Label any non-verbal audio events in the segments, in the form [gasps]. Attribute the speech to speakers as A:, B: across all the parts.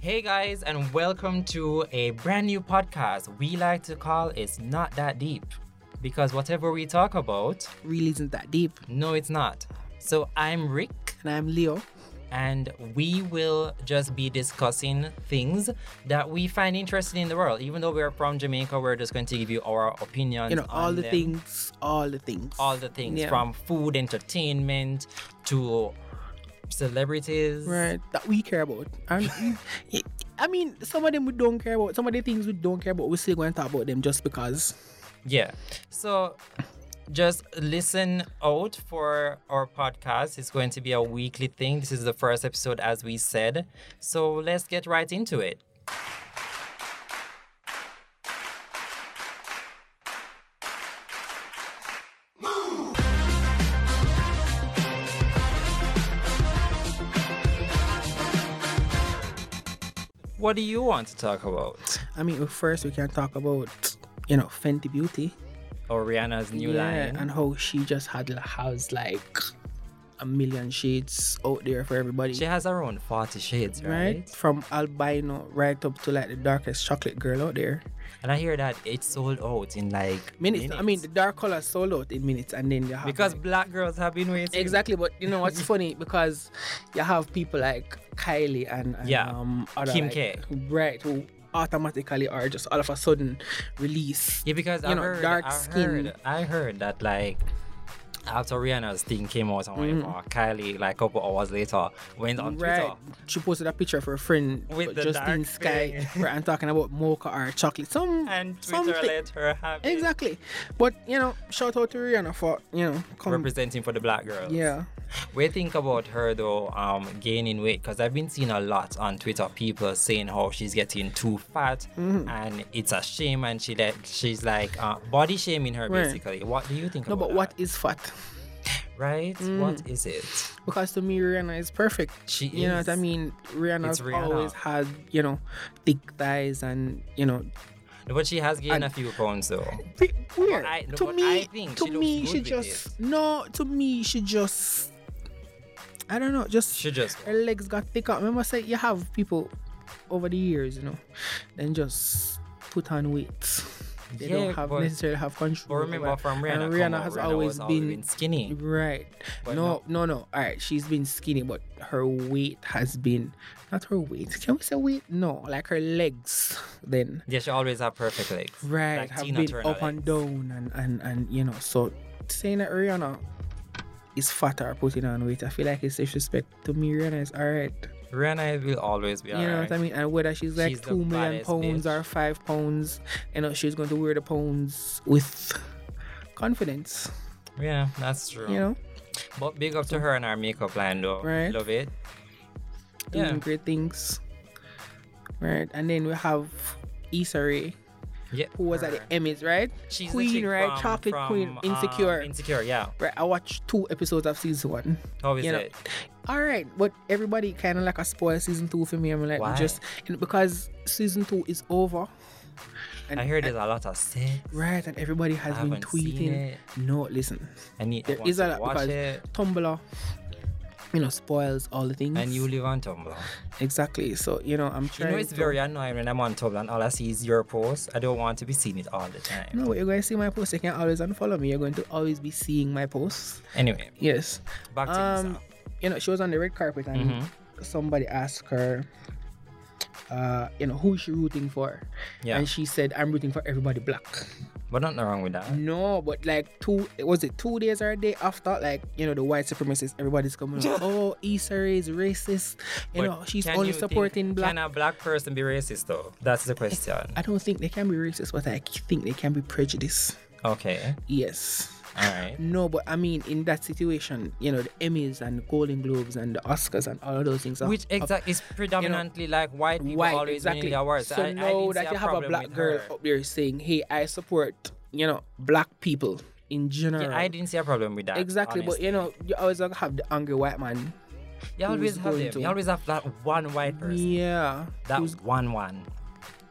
A: Hey guys, and welcome to a brand new podcast we like to call It's Not That Deep. Because whatever we talk about,
B: Really isn't that deep.
A: no, it's not. So I'm Rick,
B: And I'm Leo.
A: and we will just be discussing things that we find interesting in the world. Even though we're from Jamaica, we're just going to give you our opinions.
B: You know, all
A: on
B: the
A: them.
B: things, all the things.
A: All the things
B: Yeah.
A: from food, entertainment to celebrities.
B: Right. That we care about. And
A: [laughs]
B: I mean, some of them we don't care about. Some of the things we don't care about, we're still going to talk about them just because.
A: Yeah. So just listen out for our podcast. It's going to be a weekly thing. This is the first episode, as we said. So let's get right into it. What do you want to talk about?
B: I mean, first we can talk about, you know, Fenty Beauty.
A: Or Rihanna's new line?
B: And how she just had has like a million shades out there for everybody.
A: She has her own 40 shades, right?
B: From albino right up to like the darkest chocolate girl out there.
A: And I hear that it sold out in like
B: Minutes. I mean, the dark color sold out in minutes, and then you have
A: because
B: like-
A: black girls have been waiting.
B: exactly. But you know
A: [laughs]
B: what's funny because you have people like Kylie and, and,
A: Yeah,
B: um, other,
A: Kim
B: like,
A: K.
B: right? Who automatically are just all of a sudden release.
A: Yeah, because
B: you
A: I
B: know,
A: heard,
B: dark
A: I
B: skin.
A: heard, I heard that like after Rihanna's thing came out and whatever, Kylie like a couple hours later went on
B: Mm-hmm. Right,
A: Twitter.
B: she posted a picture for a friend
A: With
B: but
A: the
B: Justine
A: dark
B: Sky, [laughs]
A: thing.
B: right, and talking about mocha or chocolate, some
A: [laughs] And Twitter
B: something.
A: let her have it,
B: Exactly, but you know, shout out to Rihanna for you know, come,
A: representing for the black girls.
B: yeah,
A: We think about her though, um, gaining weight because I've been seeing a lot on Twitter people saying how she's getting too fat
B: Mm-hmm.
A: and it's a shame and she let she's like uh, body shaming her
B: Right.
A: basically. What do you think?
B: no,
A: about
B: but
A: that?
B: what Mm. is fat?
A: Right? What is it?
B: because to me Rihanna is perfect.
A: She
B: you know
A: is.
B: what I mean. Rihanna's
A: It's Rihanna.
B: always had you know thick thighs and you know
A: But she has gained
B: And-
A: a few pounds though.
B: pre- weird.
A: I- no,
B: to
A: but
B: me,
A: I think
B: to
A: she looks
B: me,
A: good
B: she
A: with
B: just no. To me, she just I don't know. Just
A: She just
B: her legs got thicker. Remember, I said you have people over the years, you know, then just put on weight. They
A: Yeah,
B: don't have
A: but-
B: necessarily have control.
A: But remember
B: over-
A: from Rihanna.
B: and
A: come
B: Rihanna
A: out,
B: has
A: Rihanna
B: always
A: was always
B: been
A: skinny.
B: Right.
A: But
B: no, no, no. All right. She's been skinny, but her weight has been not her weight. Can we say weight? No, like her legs. Then
A: Yeah, she always had perfect legs.
B: right
A: Like
B: have
A: Tina
B: been
A: Turner
B: up and
A: legs.
B: down and and and you know. So saying that Rihanna is fat or putting on weight, I feel like it's disrespect to me. Rihanna is all right.
A: Rihanna will always be
B: you know
A: alright.
B: what I mean? And whether she's like
A: She's the
B: two million
A: baddest
B: pounds
A: bitch.
B: or five pounds, you know she's going to wear the pounds with confidence.
A: Yeah, that's true.
B: You know,
A: But big up to her and our makeup line though.
B: Right.
A: Love it.
B: doing
A: Yeah.
B: great things. Right, and then we have Issa Rae,
A: yeah.
B: who was
A: her.
B: at the Emmys, right?
A: She's the
B: Queen,
A: chick
B: right?
A: from-
B: Chocolate
A: from,
B: Queen,
A: um,
B: Insecure.
A: insecure, yeah.
B: Right, I watched two episodes of season one.
A: How is
B: You know,
A: it?
B: All right, but everybody kind of like a spoil season two for me. I'm like,
A: Why?
B: just and because season two is over. And,
A: I hear there's a lot of sex.
B: Right, and everybody has
A: I
B: been
A: haven't seen
B: tweeting.
A: it.
B: No, listen,
A: I need I
B: there
A: want
B: is a
A: to
B: lot
A: watch
B: because
A: it.
B: Tumblr, you know, spoils all the things.
A: And you live on Tumblr.
B: exactly. So you know, I'm
A: You
B: trying.
A: know it's
B: to-
A: very annoying when I'm on Tumblr and all I see is your post. I don't want to be seeing it all the time.
B: No, you're going to see my posts. You can always unfollow me. You're going to always be seeing my posts.
A: Anyway,
B: Yes.
A: back to
B: Um,
A: Lisa. Mm-hmm.
B: you know, she was on the red carpet and somebody asked her, uh, you know, who is she rooting for?
A: Yeah.
B: And she said, I'm rooting for everybody black.
A: But nothing wrong with that.
B: No, but like two, was it two days or a day after? Like, you know, the white supremacists, everybody's coming out, oh, Issa Rae is racist. You
A: But
B: know, she's
A: can
B: only
A: you think-
B: supporting black.
A: Can a black person be racist though? That's the question.
B: [laughs] I don't think they can be racist, but I think they can be prejudiced.
A: Okay.
B: Yes.
A: All right.
B: No, but I mean, in that situation, you know, the Emmys and the Golden Globes and the Oscars and all of those things. Are,
A: Which
B: are
A: exactly is predominantly like white people
B: white,
A: always
B: exactly.
A: winning the awards.
B: So
A: I, I
B: now
A: didn't see
B: that you have a
A: problem
B: black
A: with
B: girl
A: her.
B: up there saying, "Hey, I support," you know, black people in general.
A: Yeah, I didn't see a problem with that.
B: exactly, but
A: honestly.
B: you know, you always gonna have the angry white man.
A: you always
B: who's
A: have
B: going
A: them.
B: to-
A: You always have that one white person.
B: Yeah,
A: That
B: who's-
A: one one.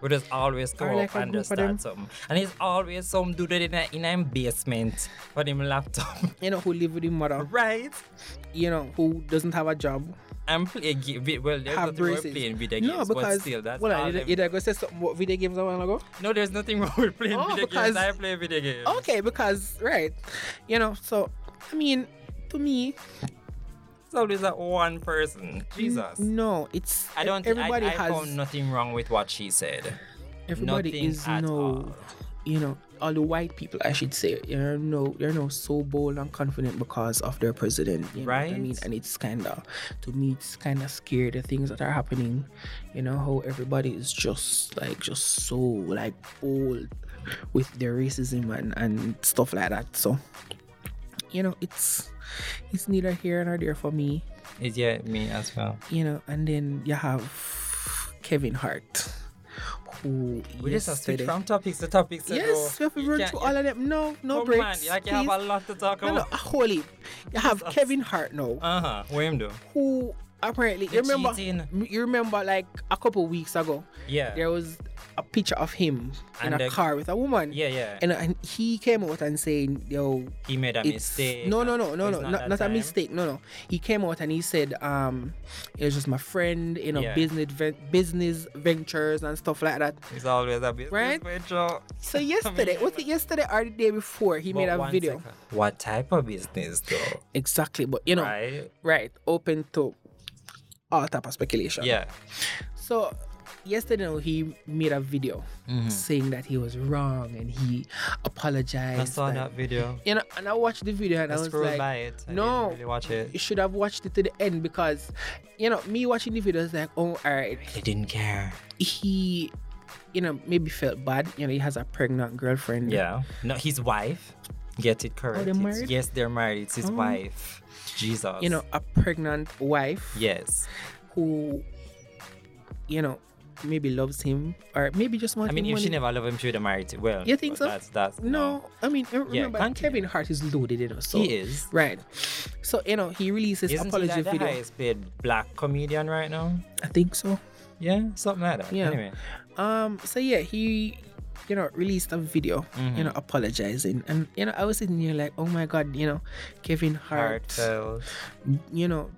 A: Who just always come
B: Or like
A: up
B: a
A: and
B: group
A: just
B: of them.
A: start something. And it's always some dude in a in a basement for him laptop. [laughs]
B: you know who live with his mother.
A: right?
B: You know who doesn't have a job.
A: I'm playing game. Well, there's
B: Have
A: nothing wrong
B: braces.
A: with playing video games,
B: No, because
A: but still, that's
B: well,
A: all
B: did,
A: I'm-
B: did I go say something about video games a while ago?
A: No, there's nothing wrong with playing
B: Oh,
A: video games.
B: because- Oh.
A: I play video games.
B: Okay, because right, you know. So I mean, to me,
A: So there's that one person.
B: Mm,
A: Jesus.
B: no, it's
A: I don't.
B: Everybody
A: I, I
B: has
A: found nothing wrong with what she said.
B: everybody
A: nothing
B: is
A: at
B: no.
A: all.
B: you know, all the white people, I should say, you know, no, they're no so bold and confident because of their president. You know What I
A: Right.
B: mean, and it's kind of, to me, it's kind of scary the things that are happening. You know how everybody is just like just so like bold with their racism and and stuff like that. So, you know, it's it's neither here nor there for me.
A: Is yeah, me as well.
B: You know, and then you have Kevin Hart, who
A: We just have switch
B: yesterday-
A: from topics to topics. and
B: Yes, we
A: go.
B: have to
A: You
B: run
A: can't-
B: through all of them. No, no
A: Come
B: breaks.
A: on, like you
B: please.
A: have a lot to talk
B: no, no,
A: about.
B: holy. You have Kevin Hart now,
A: Uh huh. Wham do.
B: who apparently
A: The
B: you remember.
A: cheating.
B: You remember, like a couple weeks ago,
A: Yeah.
B: there was a picture of him in
A: And
B: a
A: the-
B: car with a woman.
A: yeah, yeah.
B: And, uh, and he came out and saying, "Yo,
A: he made a
B: it's
A: mistake.
B: no, no, no, no,
A: It's
B: no, not,
A: that
B: not a
A: time.
B: mistake. No, no. He came out and he said, um, it was just my friend, you know,
A: Yeah.
B: business ven- business ventures and stuff like that."
A: It's always a business
B: Right?
A: venture. [laughs]
B: So yesterday, was it yesterday or the day before? He made
A: But
B: a
A: one
B: video.
A: second. What type of business though?
B: Exactly, but you know, right.
A: Right?
B: open to all type of speculation.
A: Yeah.
B: So yesterday no, he made a video
A: Mm-hmm.
B: saying that he was wrong and he apologized.
A: I saw
B: like-
A: that video.
B: You know, and I watched the video and I,
A: I
B: was
A: scrolled
B: like,
A: by it. I
B: no.
A: Didn't really watch it.
B: you should have watched it to the end because, you know, me watching the video is like, oh, all right,
A: He didn't care.
B: he. You know, maybe felt bad. You know, he has a pregnant girlfriend.
A: Yeah. No, his wife. Get it correct.
B: Oh, they're
A: It's-
B: married?
A: yes, they're married. It's his
B: Oh.
A: wife. Jesus.
B: You know, a pregnant wife.
A: Yes.
B: Who, you know, maybe loves him or maybe just
A: I
B: wants.
A: mean,
B: him
A: if she
B: money.
A: never loved him, she would have married. Well,
B: You think
A: but
B: so?
A: That's that's
B: No, I mean re-
A: Yeah,
B: remember
A: continue.
B: Kevin Hart is loaded, you know. So
A: He is.
B: right. So you know he releases
A: Isn't
B: apology
A: he like the
B: video.
A: highest paid black comedian right now?
B: I think so.
A: Yeah, something like that.
B: Yeah.
A: Anyway,
B: Um. So yeah, he you know released a video,
A: Mm-hmm.
B: you know, apologizing, and you know I was sitting here like, oh my god, you know, Kevin Hart,
A: heartfelt.
B: you know,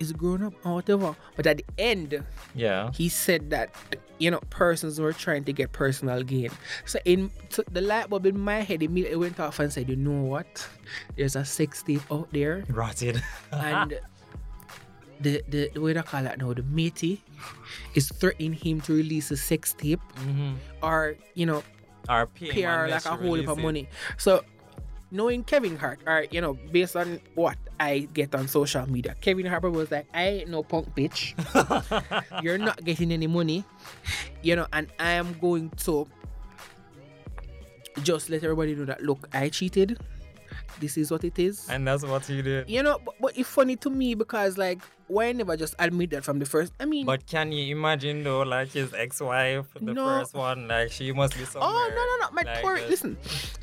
B: is grown up or whatever. But at the end,
A: Yeah.
B: he said that you know persons were trying to get personal gain so in so the light bulb in my head immediately went off and said you know what there's a sex tape out there [laughs]
A: Rotted.
B: and the the, the way they call it now the matey is threatening him to release a sex tape
A: mm-hmm.
B: or you know
A: Or pay
B: pay her like a whole heap of money so knowing Kevin Hart or you know based on what I get on social media Kevin Hart was like I ain't no punk [laughs] bitch you're not getting any money you know and I am going to just let everybody know that look I cheated this is what it is
A: and that's what he did.
B: you know, but, but it's funny to me because like why never just admit that from the first? I mean,
A: But can you imagine though, like his ex-wife, the
B: No.
A: first one, like she must be somewhere.
B: oh no no no, my
A: like,
B: Tory,
A: just
B: listen,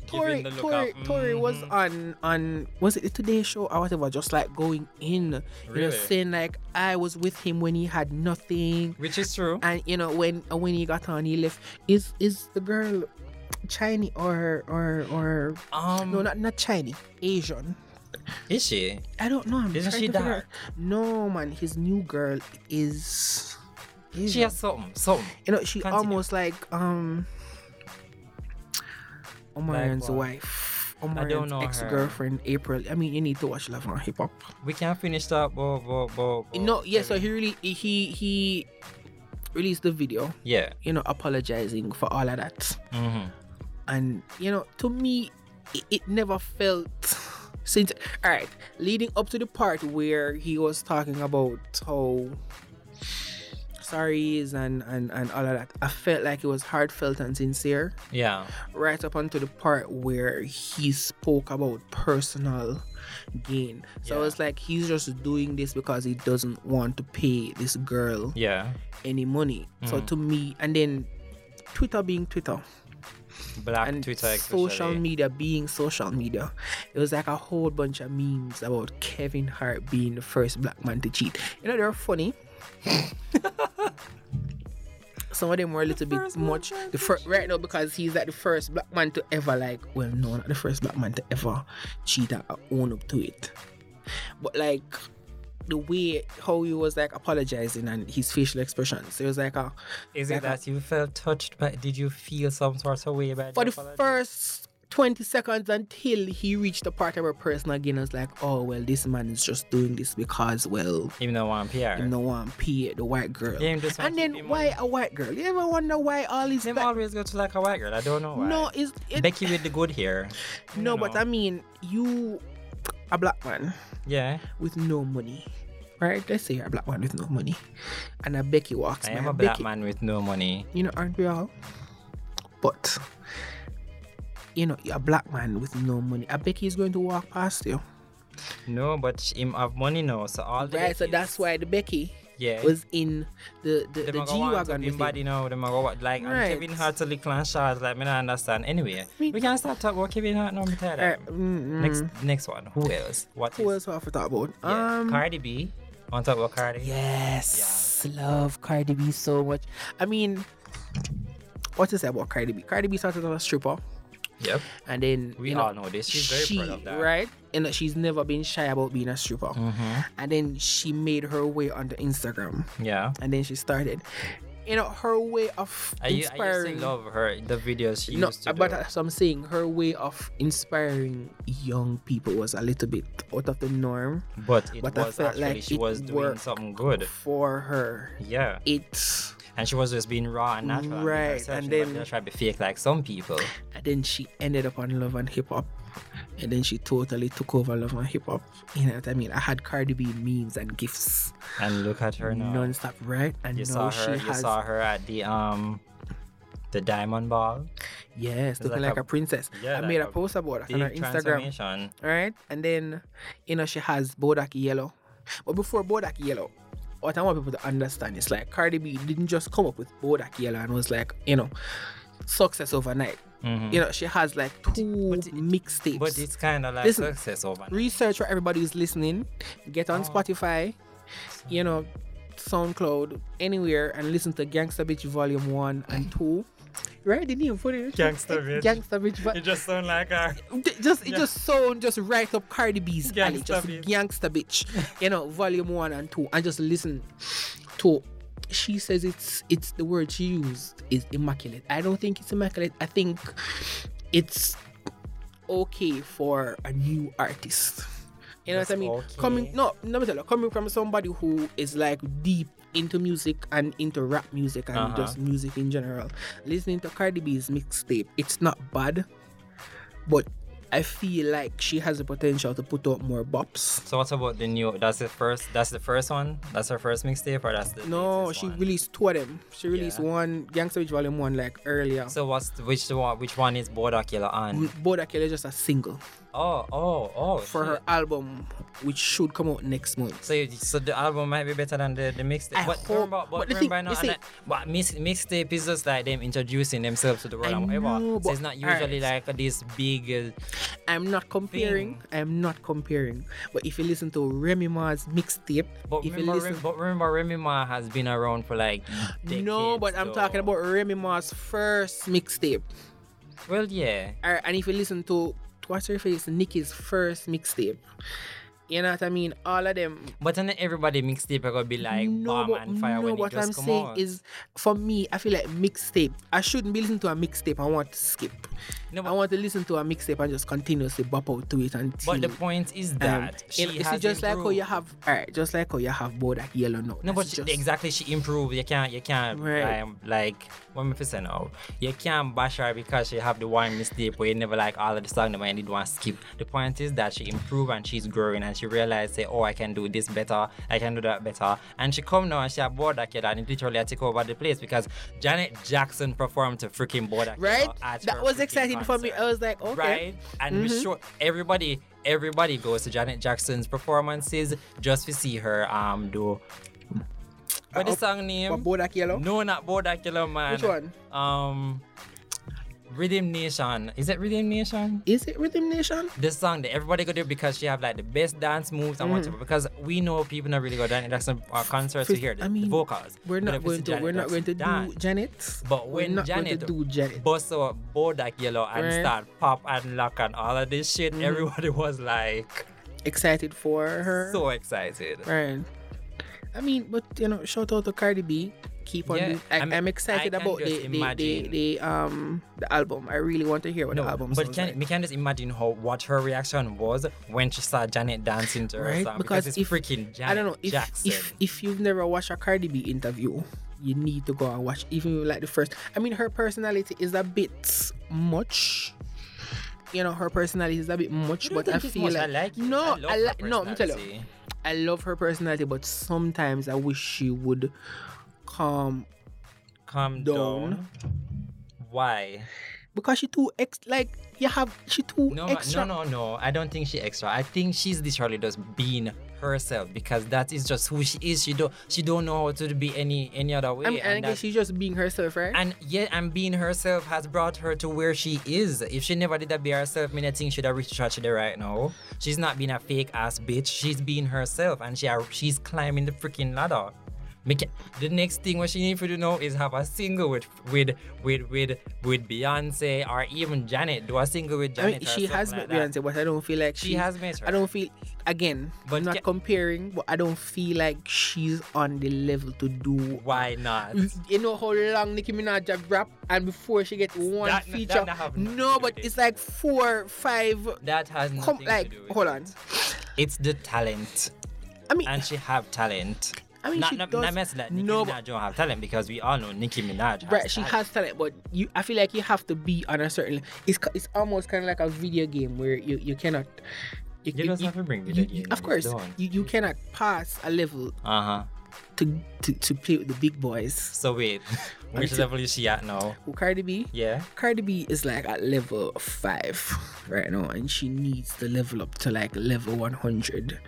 B: Tory
A: the look
B: Tory
A: up,
B: Tory was
A: mhm.
B: on on was it the Today Show or whatever? Just like going in, you know,
A: Really?
B: saying like I was with him when he had nothing,
A: Which is true.
B: and you know when uh, when he got on, he left. Is is the girl Chinese or or or
A: Um,
B: no not not Chinese Asian?
A: is she?
B: I don't know. I'm
A: Isn't
B: trying
A: she
B: to figure
A: dark?
B: out- No man, his new girl is.
A: She
B: Asian.
A: has something, something.
B: You know, she
A: Continue.
B: almost like um Omarion's
A: what?
B: wife.
A: I don't
B: Omarion's
A: know her.
B: ex girlfriend April. I mean, you need to watch Love and Hip Hop.
A: We can finish that, but but but. but-
B: no, yeah. So
A: Oh, Kevin.
B: he really he he released the video,
A: Yeah.
B: you know, apologizing for all of that,
A: Mm-hmm.
B: and you know, to me, it, it never felt since. All right, leading up to the part where he was talking about how sorries and and and all of that, I felt like it was heartfelt and sincere.
A: Yeah.
B: right up onto the part where he spoke about personal gain. So
A: Yeah.
B: it's like he's just doing this because he doesn't want to pay this girl
A: Yeah. Mm.
B: any money. So to me, and then Twitter being Twitter
A: Black
B: and
A: Twitter, especially.
B: social media being social media, it was like a whole bunch of memes about Kevin Hart being the first black man to cheat. You know, they're funny. [laughs] Some of them were a little bit
A: first black
B: much.
A: man
B: The first, right now, because he's like the first black man to ever like, well, no, not the first black man to ever cheat and own up to it. But like, the way how he was like apologizing and his facial expressions. It was like a
A: Is it
B: like a-
A: that you felt touched by? Did you feel some sort of way about
B: for the first 20 seconds until he reached the part where person again was like, oh, well, this man is just doing this because, well,
A: Even though I'm PR.
B: no one paid the white girl.
A: Yeah, him just
B: and
A: want to be
B: then why a white girl? You ever wonder why all these
A: Them
B: black-
A: always go to like a white girl. I don't know why.
B: No, it's it,
A: Becky with the good hair. You
B: no, but
A: know.
B: I mean, you a black man
A: yeah,
B: with no money. Right? Let's say you're a black man with no money. And a Becky walks
A: I am
B: by, and
A: a black
B: Becky-
A: man with no money.
B: You know, aren't we all? But you know, you're a black man with no money. A Becky is going to walk past you.
A: No, but sh- him have money now, so all the
B: Right, so
A: Beckys-
B: that's why the Becky
A: yeah.
B: was in the the,
A: Them
B: the
A: a go
B: G
A: want to
B: wagon
A: be
B: with him.
A: body now. Them a go wa- like and
B: Right.
A: Kevin Hart to the clan shards. Like me not understand. Anyway,
B: Me-
A: we can stop talking about Kevin Hart now. Me tell
B: Uh,
A: them.
B: mm,
A: Next,
B: mm.
A: next one. Who else? What
B: Who
A: is?
B: else have to talk about?
A: Yeah.
B: Um,
A: Cardi B. On top of Cardi.
B: Yes, love Cardi B so much. I mean, what to say about Cardi B? Cardi B started as a stripper,
A: Yep.
B: and then
A: We
B: you
A: all
B: know,
A: know this. She's very
B: she,
A: proud of that.
B: right? You know, she's never been shy about being a stripper,
A: Mm-hmm.
B: and then she made her way onto Instagram,
A: Yeah.
B: and then she started. You know, her way of
A: I, u- I used to
B: inspiring.
A: love her. The videos she
B: no,
A: used to
B: but
A: do.
B: as I'm saying, her way of inspiring young people was a little bit out of the norm
A: But it
B: but I
A: was
B: felt
A: actually
B: like
A: she
B: it
A: was doing
B: worked.
A: something good.
B: for her.
A: Yeah,
B: It's
A: and she was just being raw and natural. and being
B: Right,
A: herself.
B: and
A: She wasn't
B: then-
A: gonna try to be fake like some people.
B: and then she ended up on Love and Hip Hop, and then she totally took over Love and Hip Hop. You know what I mean? I had Cardi B memes and gifts
A: And look at her now.
B: non-stop, right? And
A: you
B: now
A: saw her.
B: she
A: You
B: has
A: saw her at the um, the diamond ball.
B: yes, looking
A: like
B: like,
A: a-
B: a, princess.
A: yeah,
B: I
A: like
B: made a
A: a
B: post about it
A: Big
B: on her Instagram,
A: transformation.
B: right? And then you know she has Bodak Yellow, but before Bodak Yellow. What I want people to understand is like Cardi B didn't just come up with Bodak Yellow and was like, you know, success overnight.
A: Mhm.
B: You know, she has like two mixtapes.
A: But it's kind of like
B: Listen.
A: success
B: [laughs]
A: overnight.
B: research for everybody who's listening. Get
A: Ah.
B: on Spotify, you know, SoundCloud, anywhere, and listen to Gangsta Bitch Volume 1 and 2. Right? Didn't even put it.
A: Gangsta Bitch.
B: Gangsta Bitch. Vo-
A: just sound like her.
B: J- just it
A: Yeah.
B: just sound just right up Cardi B's alley,
A: Gangsta
B: just
A: Bitch.
B: gangster bitch, [laughs] you know, volume one and two, and just listen to. She says it's it's the word she used is immaculate. I don't think it's immaculate. I think it's okay for a new artist. You know
A: Just
B: what I mean?
A: okay.
B: Coming no, let me tell you, coming from somebody who is like deep into music and into rap music and
A: Uh-huh.
B: just music in general, listening to Cardi B's mixtape, it's not bad, but I feel like she has the potential to put out more bops.
A: So what about the new? That's the first. That's the first one. That's her first mixtape, or that's the
B: No,
A: latest
B: she
A: one?
B: released two of them. She released
A: Yeah.
B: one Gangsta Bitch Volume One like earlier. So,
A: So what's the, which the one? Which one is Bodak Yellow on?
B: Bodak Yellow is just a single
A: Oh, oh, oh.
B: for
A: shit.
B: her album, which should come out next month.
A: So, you- so the album might be better than the, the mixtape.
B: I
A: But
B: hope-
A: remember, but,
B: but the
A: remember
B: thing-
A: now,
B: you
A: and
B: see-
A: I- but mix, mixtape is just like them introducing themselves to the world
B: I
A: and whatever.
B: know,
A: so
B: but-
A: it's not usually like this big. Uh,
B: I'm not comparing. I'm not comparing. But if you listen to Remy Ma's mixtape,
A: but,
B: if you
A: remember,
B: listen,
A: Rem, but remember, Remy Ma has been around for like. Decades,
B: [gasps] no, but I'm
A: though.
B: talking about Remy Ma's first mixtape.
A: Well, yeah.
B: Alright, And if you listen to what's her face, Nicki's first mixtape. You know what I mean? All of them.
A: But then everybody mixtape are gonna be like bomb
B: but-
A: and fire
B: no,
A: when it
B: what
A: just
B: I'm
A: come
B: saying
A: out.
B: is, for me, I feel like mixtape. I shouldn't be listening to a mixtape. I want to skip.
A: No,
B: I
A: but,
B: want to listen to a mixtape and just continuously bop out to it until.
A: but the point is
B: um,
A: that she
B: you know, you see,
A: has
B: just like how you
A: improved.
B: have, alright, just like how you have Bodak Yellow now.
A: No, but
B: That's
A: she-
B: just,
A: exactly, she improved. You can't, you can't,
B: Right.
A: um, like, what am I saying now? You can't bash her because she have the one mistake where you never like all of the song, the man did one skip. The point is that she improved and she's growing and she realized, say, oh, I can do this better, I can do that better. And she come now and she had Bodak Yellow and it literally took over the place because Janet Jackson performed to freaking Bodak Yellow
B: Right?
A: at her
B: That was
A: freaking
B: exciting for me.
A: concert
B: I was like, okay. Mm-hmm.
A: right? And we sure everybody everybody goes to Janet Jackson's performances just to see her um do what the
B: Uh,
A: song name?
B: But Bodak Yellow?
A: No, not Bodak Yellow Man.
B: Which one?
A: Um, Rhythm Nation. Is it Rhythm Nation?
B: Is it Rhythm Nation?
A: This song that everybody go do because she have like the best dance moves and
B: Mm-hmm.
A: whatever. Because we know people not really go to Janet Jackson uh, concerts to
B: Fifth-
A: hear the,
B: I
A: the
B: mean,
A: vocals.
B: We're
A: But if
B: not
A: it's
B: going to.
A: Janet
B: We're not going to
A: Jackson
B: do
A: dance,
B: Janet.
A: but
B: we're
A: when
B: not
A: Janet
B: going to do Janet.
A: bust out Bodak Yellow and
B: Right. Mm-hmm.
A: start pop and lock and all of this shit, everybody was like,
B: excited for her.
A: So excited.
B: Right. I mean, but you know, shout out to Cardi B. Keep on.
A: Yeah,
B: doing- I,
A: I mean,
B: am excited
A: I can
B: about
A: just
B: the the, the
A: imagine.
B: the um the album. I really want to hear what the album
A: but
B: sounds
A: can
B: like.
A: we can just imagine how what her reaction was when she saw Janet dancing to her
B: Right,
A: song
B: because
A: because, it's
B: if-
A: freaking Janet
B: I don't know if,
A: Jackson.
B: if if you've never watched a Cardi B interview, you need to go and watch even if you like the first. I mean, her personality is a bit much. You know, her personality is a bit much,
A: You don't
B: but I
A: think it's
B: feel
A: much?
B: like,
A: I like it.
B: no,
A: I love her
B: li- no. Let me tell you,
A: personality.
B: I love her personality, but sometimes I wish she would calm
A: Calm
B: Down.
A: down. Why?
B: because she too ex like you have she too
A: No, ma-
B: extra.
A: no, no, no. I don't think she extra. I think she's literally just being herself because that is just who she is. She don't she don't know how to be any any other way.
B: I mean, I
A: and that-
B: guess she's just being herself, right?
A: and yet, and being herself has brought her to where she is. If she never did that be herself, many things should have reached her today right now. She's not being a fake ass bitch. She's being herself, and she are, she's climbing the freaking ladder. Make it- the next thing what she needs to do now is have a single with with with with with Beyonce or even Janet. Do a single with
B: I mean,
A: Janet. or
B: she has
A: something
B: met
A: like that.
B: Beyonce, but I don't feel like
A: She has met her.
B: I don't feel again.
A: But
B: I'm not
A: ca-
B: comparing, but I don't feel like she's on the level to do.
A: Why not?
B: You know how long Nicki Minaj have rap, and before she get one
A: That- that
B: feature,
A: not have nothing to
B: no,
A: do
B: but
A: with
B: it's like four, five.
A: That has nothing
B: Come, like,
A: to do with
B: hold
A: it.
B: on.
A: It's the talent,
B: I mean,
A: and she have
B: [laughs]
A: talent.
B: I mean,
A: not,
B: she
A: not,
B: does.
A: not mess like Nicki
B: no, but-
A: Minaj don't have talent because we all know Nicki Minaj. Has
B: Right, she
A: talent.
B: has talent, but you, I feel like you have to be on a certain. It's ca- it's almost kind of like a video game where you you cannot.
A: You just have to bring
B: you-
A: video
B: you-
A: game
B: Of
A: and
B: course,
A: it's done.
B: you, you cannot pass a level
A: Uh huh.
B: to, to to play with the big boys.
A: So [laughs] wait, which
B: Until-
A: level is she at now?
B: Who Cardi B?
A: Yeah.
B: Cardi B is like at level five right now, and she needs to level up to like level one hundred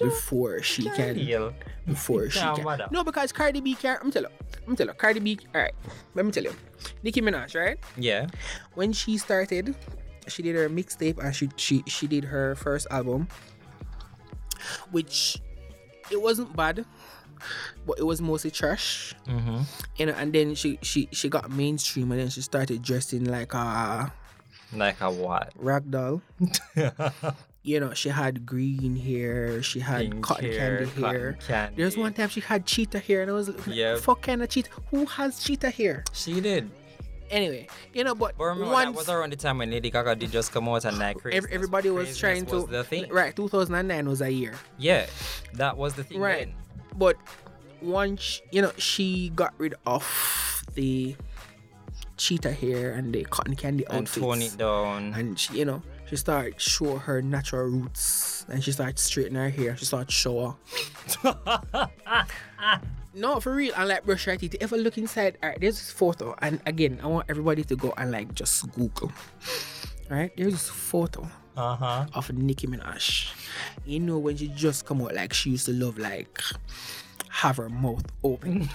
B: before she can.
A: Deal.
B: Before she
A: Yeah,
B: can.
A: mother.
B: No, because Cardi B can. I'm telling. I'm telling. Cardi B. All right. Let me tell you. Nicki Minaj, right?
A: Yeah.
B: when she started, she did her mixtape and she, she she did her first album, which it wasn't bad, but it was mostly trash.
A: Mm-hmm.
B: You know, and then she she she got mainstream and then she started dressing like a
A: Like a [laughs] what?
B: rag doll. You know, she had green hair, she had
A: Pink
B: cotton
A: hair,
B: candy hair.
A: cotton candy.
B: There's one time she had cheetah hair, and I was like,
A: Yep.
B: "Fuck, kind of cheetah? Who has cheetah hair?"
A: She did.
B: Anyway, you know, but
A: But remember that
B: once
A: was around the time when Lady Gaga did just come out and like
B: Ev-
A: craziness-
B: everybody was
A: craziness
B: trying to
A: was the thing.
B: right 2009 was a year
A: Yeah. That was the thing.
B: Right.
A: then.
B: but once you know she got rid of the cheetah hair and the cotton candy
A: And
B: outfits
A: tone it down.
B: and she you know she started show her natural roots and she started straightening her hair she started show her no for real and like brush her teeth if I look inside all right there's this photo and again I want everybody to go and like just google right there's this photo
A: Uh huh.
B: of Nicki Minaj. You know when she just come out like she used to love like have her mouth open.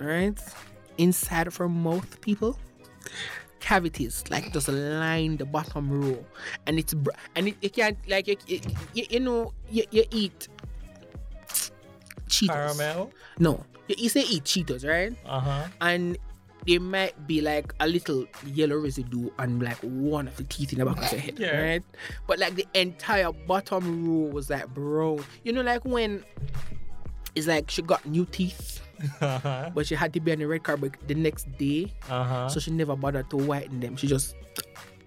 B: right? Inside of her mouth, people cavities like just line the bottom row and it's br- and it, you can't like you, you, you- you know you, you eat Cheetos
A: Caramel.
B: no you, you say eat Cheetos right
A: Uh huh.
B: and there might be like a little yellow residue on like one of the teeth in the back of your head,
A: Yeah.
B: right? But like the entire bottom row was like brown. You know, like when it's like she got new teeth,
A: Uh huh.
B: but she had to be on the red carpet the next day,
A: Uh huh.
B: so she never bothered to whiten them. She just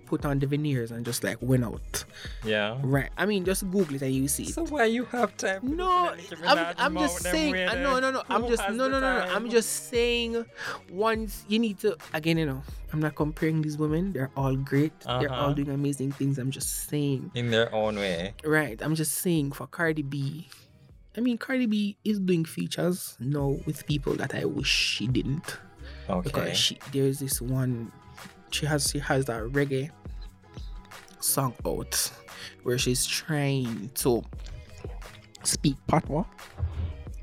B: put on the veneers and just like went out.
A: Yeah.
B: Right? I mean, just Google it and you see. it.
A: So why you have time? for
B: No,
A: looking at Nicki
B: I'm,
A: Minaj
B: I'm
A: more
B: just
A: than
B: saying.
A: weird,
B: I, no,
A: eh?
B: no, no. I'm
A: Who
B: just
A: has
B: no,
A: the
B: no, no, no. I'm
A: time?
B: just saying. Once you need to again, you know, I'm not comparing these women. They're all great. They're all
A: Uh-huh.
B: doing amazing things. I'm just saying.
A: in their own way.
B: Right. I'm just saying for Cardi B. I mean, Cardi B is doing features now with people that I wish she didn't because
A: Okay.
B: she there's this one. She has she has that reggae song out where she's trying to speak patois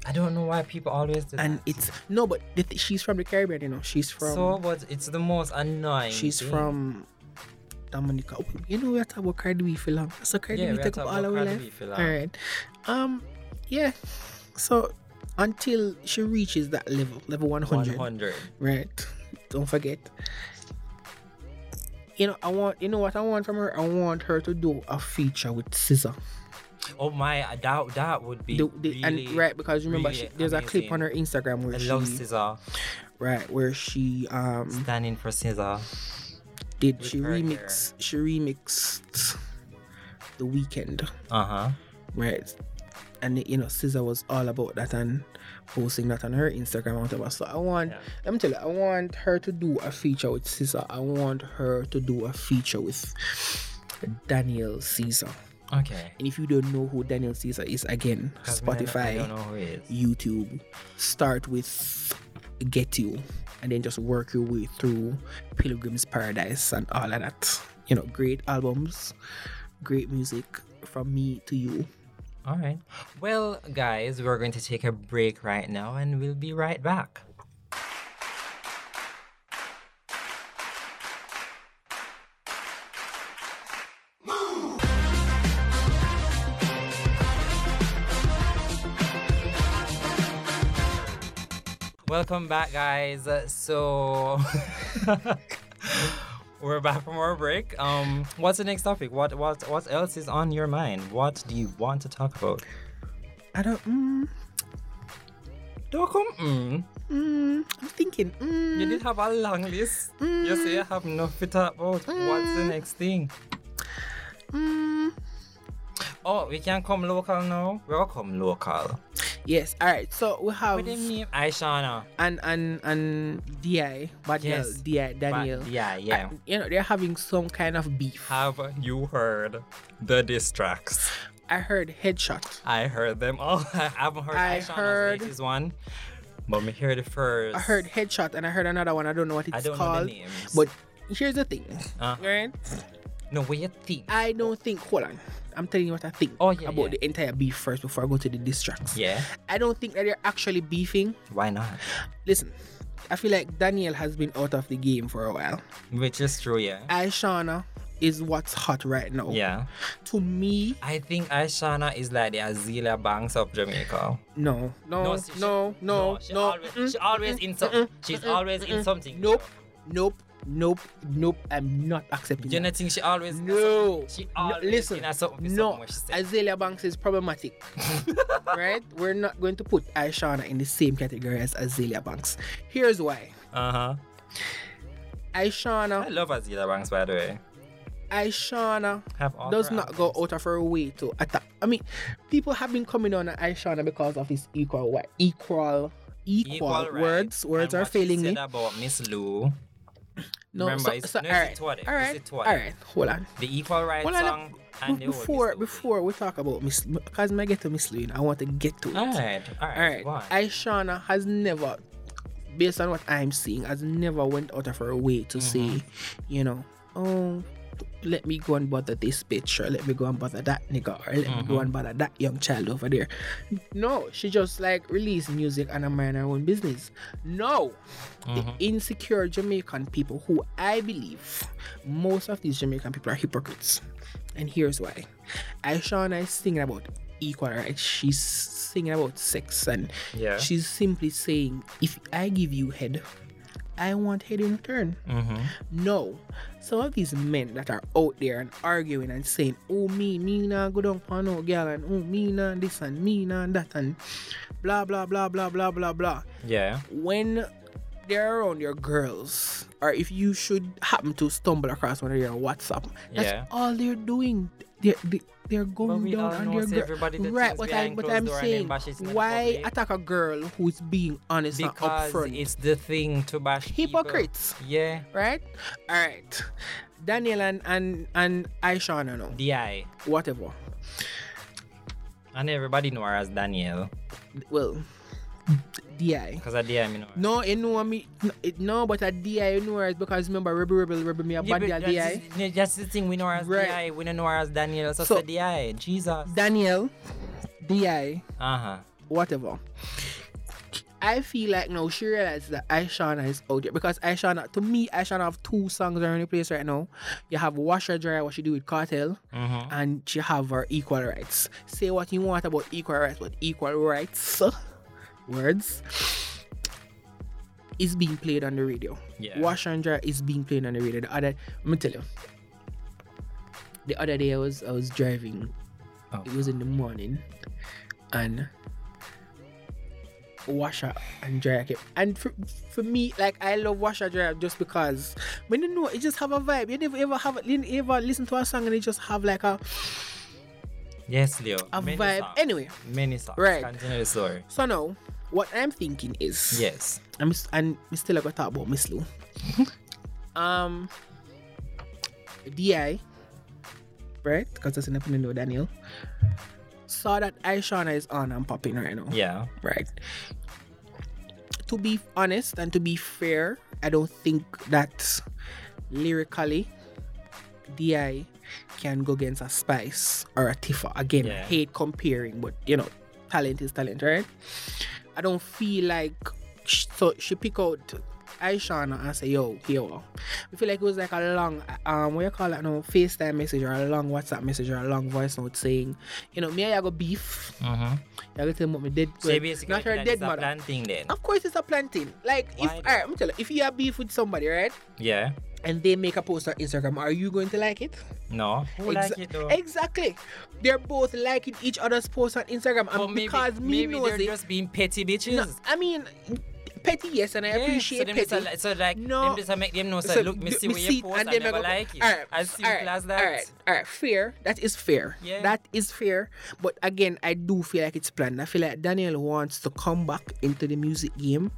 A: I don't know why people always do
B: and
A: that.
B: it's no, but the th- she's from the Caribbean, you know. She's from
A: so, but it's the most annoying.
B: she's
A: thing.
B: from Dominica. Oh, You know, we are talking about Cardi B for long. So Cardi
A: Yeah,
B: B
A: we
B: take
A: are
B: up
A: talking
B: all our
A: about Cardi B
B: life.
A: for
B: All
A: long.
B: right, um, yeah. So until she reaches that level, level one hundred,
A: 100.
B: right? Don't forget. You know, I want. You know what I want from her? I want her to do a feature with Scissor.
A: oh my, that that would be
B: The- the-
A: really,
B: and right because remember
A: really
B: she, there's a clip on her Instagram where
A: I
B: she
A: love Scissor.
B: right where she um
A: Standing for Scissor.
B: did
A: with
B: she
A: her
B: remix she remixed the weekend
A: Uh huh.
B: right and you know Scissor was all about that and posting that on her Instagram and whatever so I want
A: Yeah.
B: let me tell you I want her to do a feature with Scissor I want her to do a feature with Daniel Caesar
A: Okay.
B: and if you don't know who Daniel Caesar is again
A: 'Cause me, I don't-
B: Spotify
A: I don't know who it is.
B: YouTube, start with Get You, and then just work your way through Pilgrim's Paradise and all of that. You know, great albums, great music from me to you.
A: All right. Well, guys, we're going to take a break right now and we'll be right back. Welcome back, guys. So [laughs] we're back from our break. Um, what's the next topic? What what what else is on your mind? What do you want to talk about?
B: I don't. Mm,
A: Don't come. Mm.
B: mm, I'm thinking.
A: You
B: Mm,
A: did have a long list. You say I have nothing to talk about. What's the next thing?
B: mm.
A: Oh, we can come local now. We'll come local.
B: Yes. All right. So we have
A: What do you mean? Aishana.
B: and and and Di, but
A: Yes.
B: Di Daniel.
A: But- yeah, yeah.
B: You know they're having some kind of beef.
A: Have you heard the diss tracks?
B: I heard headshot.
A: I heard them all. [laughs] I haven't heard
B: I
A: Aishana's
B: heard-
A: latest one. But me hear the first.
B: I heard headshot, and I heard another one. I don't know what it's
A: I don't know
B: called.
A: the names.
B: But here's the thing,
A: Uh.
B: right?
A: no, what you think?
B: I don't think. Hold on, I'm telling you what I think
A: Oh, yeah,
B: about
A: yeah.
B: the entire beef first before I go to the diss tracks.
A: yeah.
B: I don't think that they're actually beefing.
A: Why not?
B: Listen, I feel like Daniel has been out of the game for a while.
A: Which is true, yeah.
B: Aishana is what's hot right now.
A: yeah.
B: To me,
A: I think Aishana is like the Azila Banks of Jamaica.
B: no, no, no,
A: she- she-
B: no, no,
A: she always, she always in something. She's always in something.
B: nope, nope, nope, nope. I'm not accepting.
A: You
B: that.
A: know, think she always. in
B: No.
A: something. She
B: No,
A: always
B: listen,
A: In a something,
B: No,
A: somewhere she said.
B: Azalea Banks
A: [laughs]
B: is problematic. right? We're not going to put Aishana in the same category as Azalea Banks. Here's why.
A: Uh huh. I
B: Aishana
A: love Azila Banks, by the way.
B: Aishana
A: Have all
B: does
A: her
B: not
A: albums.
B: go out of her way to attack. I mean, people have been coming on Aishana because of his equal wi- equal equal,
A: Equal rights.
B: words. Words
A: And
B: are
A: what she
B: failing
A: said
B: me.
A: about Miss Lou.
B: No,
A: Remember,
B: so,
A: it's-
B: so,
A: no,
B: all
A: it's a
B: right, all
A: twerk. It's a
B: right, all
A: twerk.
B: right. Hold on.
A: The Equal Rights
B: Well, I like-
A: song. And
B: Be-
A: the
B: Before before we talk about Miss, because I get to Miss Lewin, I want to get to it.
A: All right. All
B: All right.
A: right.
B: Aishana has never, based on what I'm seeing, has never went out of her way to say, you know, oh, let me go and bother this bitch, or let me go and bother that nigga, or let me go and bother that young child over there. No, she just like release music and a mind her own business. No, the insecure Jamaican people, who I believe most of these Jamaican people are hypocrites, and here's why. Aishana is singing about equal rights. She's singing about sex and
A: Yeah.
B: she's simply saying, if I give you head, I want head in return.
A: Mm-hmm.
B: No. Some of these men that are out there and arguing and saying, oh me, me nah go down for no girl and oh me nah this and me nah that and blah blah blah blah blah blah blah.
A: Yeah.
B: When they're around your girls, or if you should happen to stumble across one of your WhatsApp, that's
A: Yeah.
B: all they're doing. They're, they- they're
A: But
B: going
A: we all
B: down on
A: know
B: your
A: it's
B: girl.
A: everybody that
B: Right,
A: is
B: what, I,
A: behind
B: what
A: closed
B: I'm
A: door and then
B: saying,
A: bash it in the
B: why
A: public.
B: attack a girl who's being honest
A: Because
B: and upfront?
A: it's the thing to bash people.
B: Hypocrites,
A: Yeah.
B: right? All right. Daniel and and and Aisha, no, no,
A: DI.
B: whatever.
A: And everybody know her as Danielle.
B: Well, Di.
A: Because I DI, you know. her.
B: No, you know me. no, it- No, but a Di, you know her is because remember, rebel, rebel, rebel me a
A: Yeah,
B: bad
A: but
B: girl,
A: that's,
B: Di.
A: the- no, that's the thing we know her as
B: Right.
A: DI, we don't know her as Danielle, so,
B: So-
A: so DI, Jesus.
B: Daniel, Di,
A: Uh huh.
B: whatever. I feel like now she realized that Aishana is out there because Aishana, to me, Aishana have two songs around the place right now. You have Wash Her Dry, what she do with Cartel,
A: Mm-hmm.
B: and you have her equal rights. Say what you want about equal rights, but equal rights [laughs] words is being played on the radio.
A: Yeah.
B: Wash and dry is being played on the radio. The other, let me tell you. The other day I was I was driving
A: Oh.
B: It was in the morning, and washer and dryer kept. And for, for me, like I love washer dryer just because when you know it just have a vibe. You never ever have you never ever listen to a song and it just have like a,
A: Yes, Leo.
B: a
A: many
B: vibe.
A: songs.
B: Anyway,
A: many songs.
B: Right.
A: Continue the story.
B: so now what I'm thinking is
A: Yes.
B: I'm s- and we still gotta talk about Miss Lou. [laughs] um, Di, right? Because that's an opinion with Daniel. Saw that Aishana is on and popping right now.
A: Yeah.
B: Right. To be honest and to be fair, I don't think that lyrically, Di can go against a Spice or a Tifa. Again, I
A: Yeah.
B: hate comparing, but you know, talent is talent, right? I don't feel like sh- so she pick out Aishana and say, "Yo, here." we are." I feel like it was like a long, um, what you call that? No, FaceTime message or a long WhatsApp message or a long voice note saying, you know, me and you go beef.
A: Mm-hmm.
B: I will tell him what my dead
A: So
B: girl-
A: basically,
B: not her
A: that
B: dead
A: is a
B: mother.
A: plan thing then.
B: Of course, it's a planting. Like, if
A: Why
B: all
A: though?
B: right, I'm telling you, if you have beef with somebody, right,
A: Yeah.
B: and they make a post on Instagram, are you going to like it?
A: No. Who
B: Exa-
A: like it though?
B: Exactly. They're both liking each other's posts on Instagram, and
A: But maybe,
B: because me
A: maybe
B: knows
A: they're
B: it,
A: just being petty bitches.
B: no, I mean, petty, yes, and I
A: Yeah,
B: appreciate
A: so them
B: petty.
A: Just, a- so like
B: No.
A: them just a make them know so, look me
B: d-
A: see where you post and,
B: then
A: never
B: I go,
A: like it.
B: alright,
A: As simple
B: alright,
A: as that.
B: alright, alright, fair. That is fair.
A: Yeah.
B: That is fair. But again, I do feel like it's planned. I feel like Daniel wants to come back into the music game,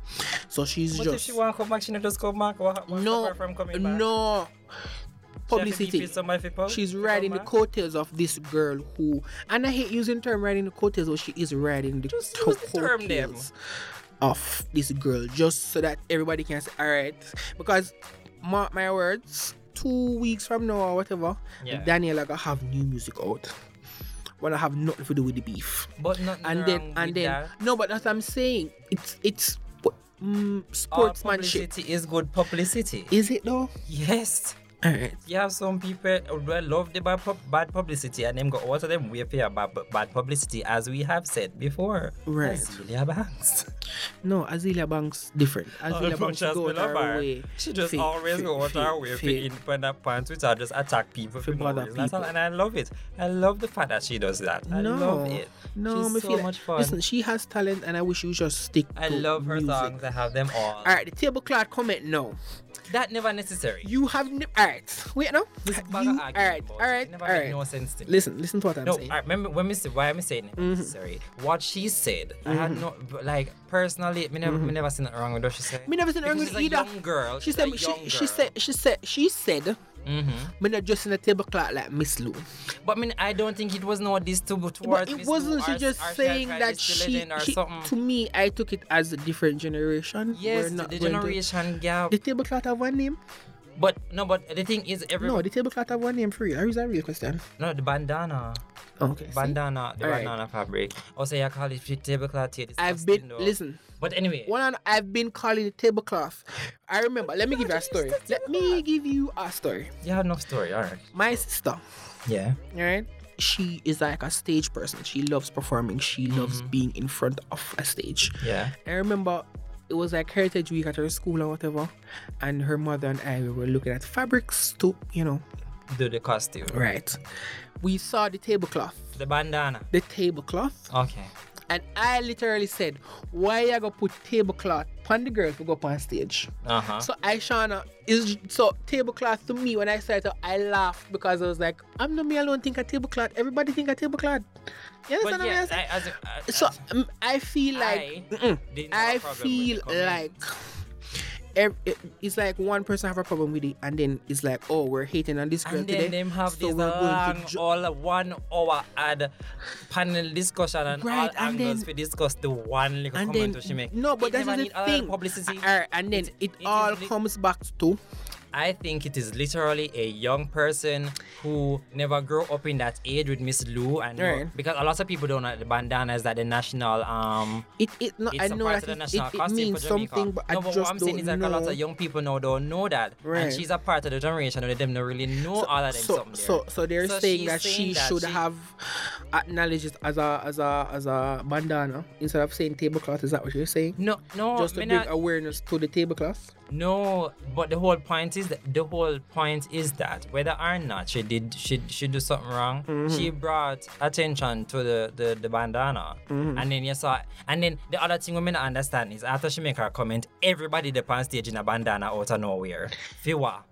B: so she's
A: But if
B: just
A: she want to come back, she not just come back. What, what's
B: no,
A: no, from coming back?
B: no
A: She have to
B: publicity.
A: defeat somebody for-
B: She's
A: to
B: riding
A: come
B: the
A: back?
B: coattails of this girl who, and I hate using term riding the coattails, but she is riding the,
A: Just
B: to-
A: use the term them.
B: coattails of this girl, just so that everybody can say, all right, because mark my words, two weeks from now or whatever,
A: Yeah.
B: Daniela gonna have new music out. Well, I have nothing to do with the beef
A: But not
B: and then and then no but that's what i'm saying it's it's mm, sportsmanship
A: Sportsmanship is good publicity.
B: is it though
A: yes.
B: all right
A: You have some people who love the bad, pub- bad publicity and them got all of them we pay about bad, bad publicity as we have said before.
B: Right.
A: That's Julia Banks.
B: no azealia banks different azealia
A: [laughs] As
B: banks
A: much as
B: go
A: we
B: out her
A: love her,
B: way
A: she just
B: fi-
A: always
B: fi-
A: go out her
B: fi-
A: way for
B: fi-
A: independent pants, which are just attack people
B: fi
A: for no
B: bother
A: reason at all.
B: people.
A: And I love it. I love the fact that she does that. I
B: no
A: love it.
B: no
A: She's
B: me
A: so
B: feel like-
A: much fun.
B: listen she has talent and i wish you just stick
A: I
B: to
A: love her
B: music.
A: songs. I have them all.
B: all right the tablecloth comment no
A: That never necessary.
B: you have n- all right wait no
A: This
B: You-
A: bugger
B: all
A: argument
B: right all
A: about it,
B: right
A: It
B: all
A: never make
B: right
A: no sense to me.
B: listen listen to what i'm
A: No,
B: saying Mm-hmm.
A: I remember when we say why am I saying it necessary? What she said, I had no but, like personally. Me never, me never seen it wrong with what she said.
B: Mm-hmm. me never seen her
A: Because
B: angry
A: she's a
B: either
A: young girl.
B: she
A: she's
B: said
A: a
B: she,
A: young
B: she
A: girl.
B: said she said she said
A: Mhm.
B: me not just in a tablecloth like Miss Lou.
A: But I mean, I don't think it was no this to
B: But
A: towards.
B: it
A: Miss
B: wasn't.
A: Lou
B: She
A: or-
B: just
A: or she
B: saying
A: tried
B: that
A: to
B: she,
A: lean or
B: she
A: something.
B: to me, I took it as a different generation.
A: Yes,
B: We're not
A: the
B: going to-
A: generation gap.
B: The tablecloth have one name.
A: But no, but the thing is, every
B: No,
A: no,
B: the tablecloth have one name for real. That is a real question.
A: the bandana,
B: Okay. see?
A: bandana, the
B: All right.
A: bandana fabric. Also, you call it tablecloth. here,
B: I've
A: disgusting
B: been
A: though.
B: listen.
A: But anyway,
B: One, and I've been calling the tablecloth. I remember. Let me give you a story.
A: [laughs]
B: Let me give you a story.
A: you have enough story. All right.
B: My sister,
A: Yeah.
B: right? She is like a stage person. She loves performing. She loves
A: Mm-hmm.
B: being in front of a stage.
A: Yeah.
B: I remember it was like Heritage Week at her school or whatever, and her mother and I we were looking at fabrics to, you know,
A: Do the costume.
B: right. We saw the tablecloth,
A: The bandana.
B: the tablecloth,
A: Okay.
B: and I literally said, "Why you gonna put tablecloth upon the girl for go up on stage?"
A: Uh huh.
B: So Aishana is so tablecloth to me when I said it, I laughed because I was like, "I'm not me alone think a tablecloth. Everybody think a tablecloth." You
A: but
B: understand what
A: yeah,
B: I'm saying?
A: I, as, a- as,
B: so um, I feel like.
A: I
B: Mm-mm.
A: didn't have
B: I
A: a problem with
B: feel
A: the comment.
B: like ev- it- it's like one person have a problem with it, and then it's like, oh, we're hating on this girl
A: And
B: today.
A: then them have
B: so
A: this um,
B: we're going
A: long,
B: to ju-
A: all one hour ad panel discussion and
B: Right,
A: all
B: and
A: angles
B: then-
A: we discuss the one little
B: and
A: comment
B: then
A: she make.
B: no, but
A: It
B: that's
A: never
B: the
A: need all
B: thing. Uh,
A: Publicity.
B: Alright, and then
A: It-
B: it,
A: it is
B: all
A: lit-
B: comes back to
A: I think it is literally a young person who never grew up in that age with Miss Lou and
B: Right.
A: because a lot of people don't know the bandanas that the national um
B: it. It no,
A: it's
B: I
A: a
B: know
A: part
B: that
A: of the
B: it,
A: national
B: it- it
A: costume
B: means
A: for Jamaica.
B: something, but
A: no,
B: I
A: but
B: just
A: what I'm
B: don't
A: saying is like a
B: know.
A: lot of young people now don't know that,
B: Right.
A: and she's a part of the generation and them don't really know all of them.
B: so,
A: something
B: so,
A: there.
B: so they're
A: So
B: saying
A: she's
B: that she
A: saying that
B: should
A: she-
B: have acknowledged it as a as a as a bandana instead of saying tablecloth. Is that what you're saying?
A: no, no,
B: Just to
A: me
B: bring
A: not-
B: awareness to the tablecloth.
A: no. But the whole point is is the, the whole point is that whether or not she did she she do something wrong,
B: Mm-hmm.
A: she brought attention to the the, the bandana,
B: Mm-hmm.
A: and then you saw. And then the other thing women understand is after she make her comment, everybody the on stage in a bandana out of nowhere. Fiwa.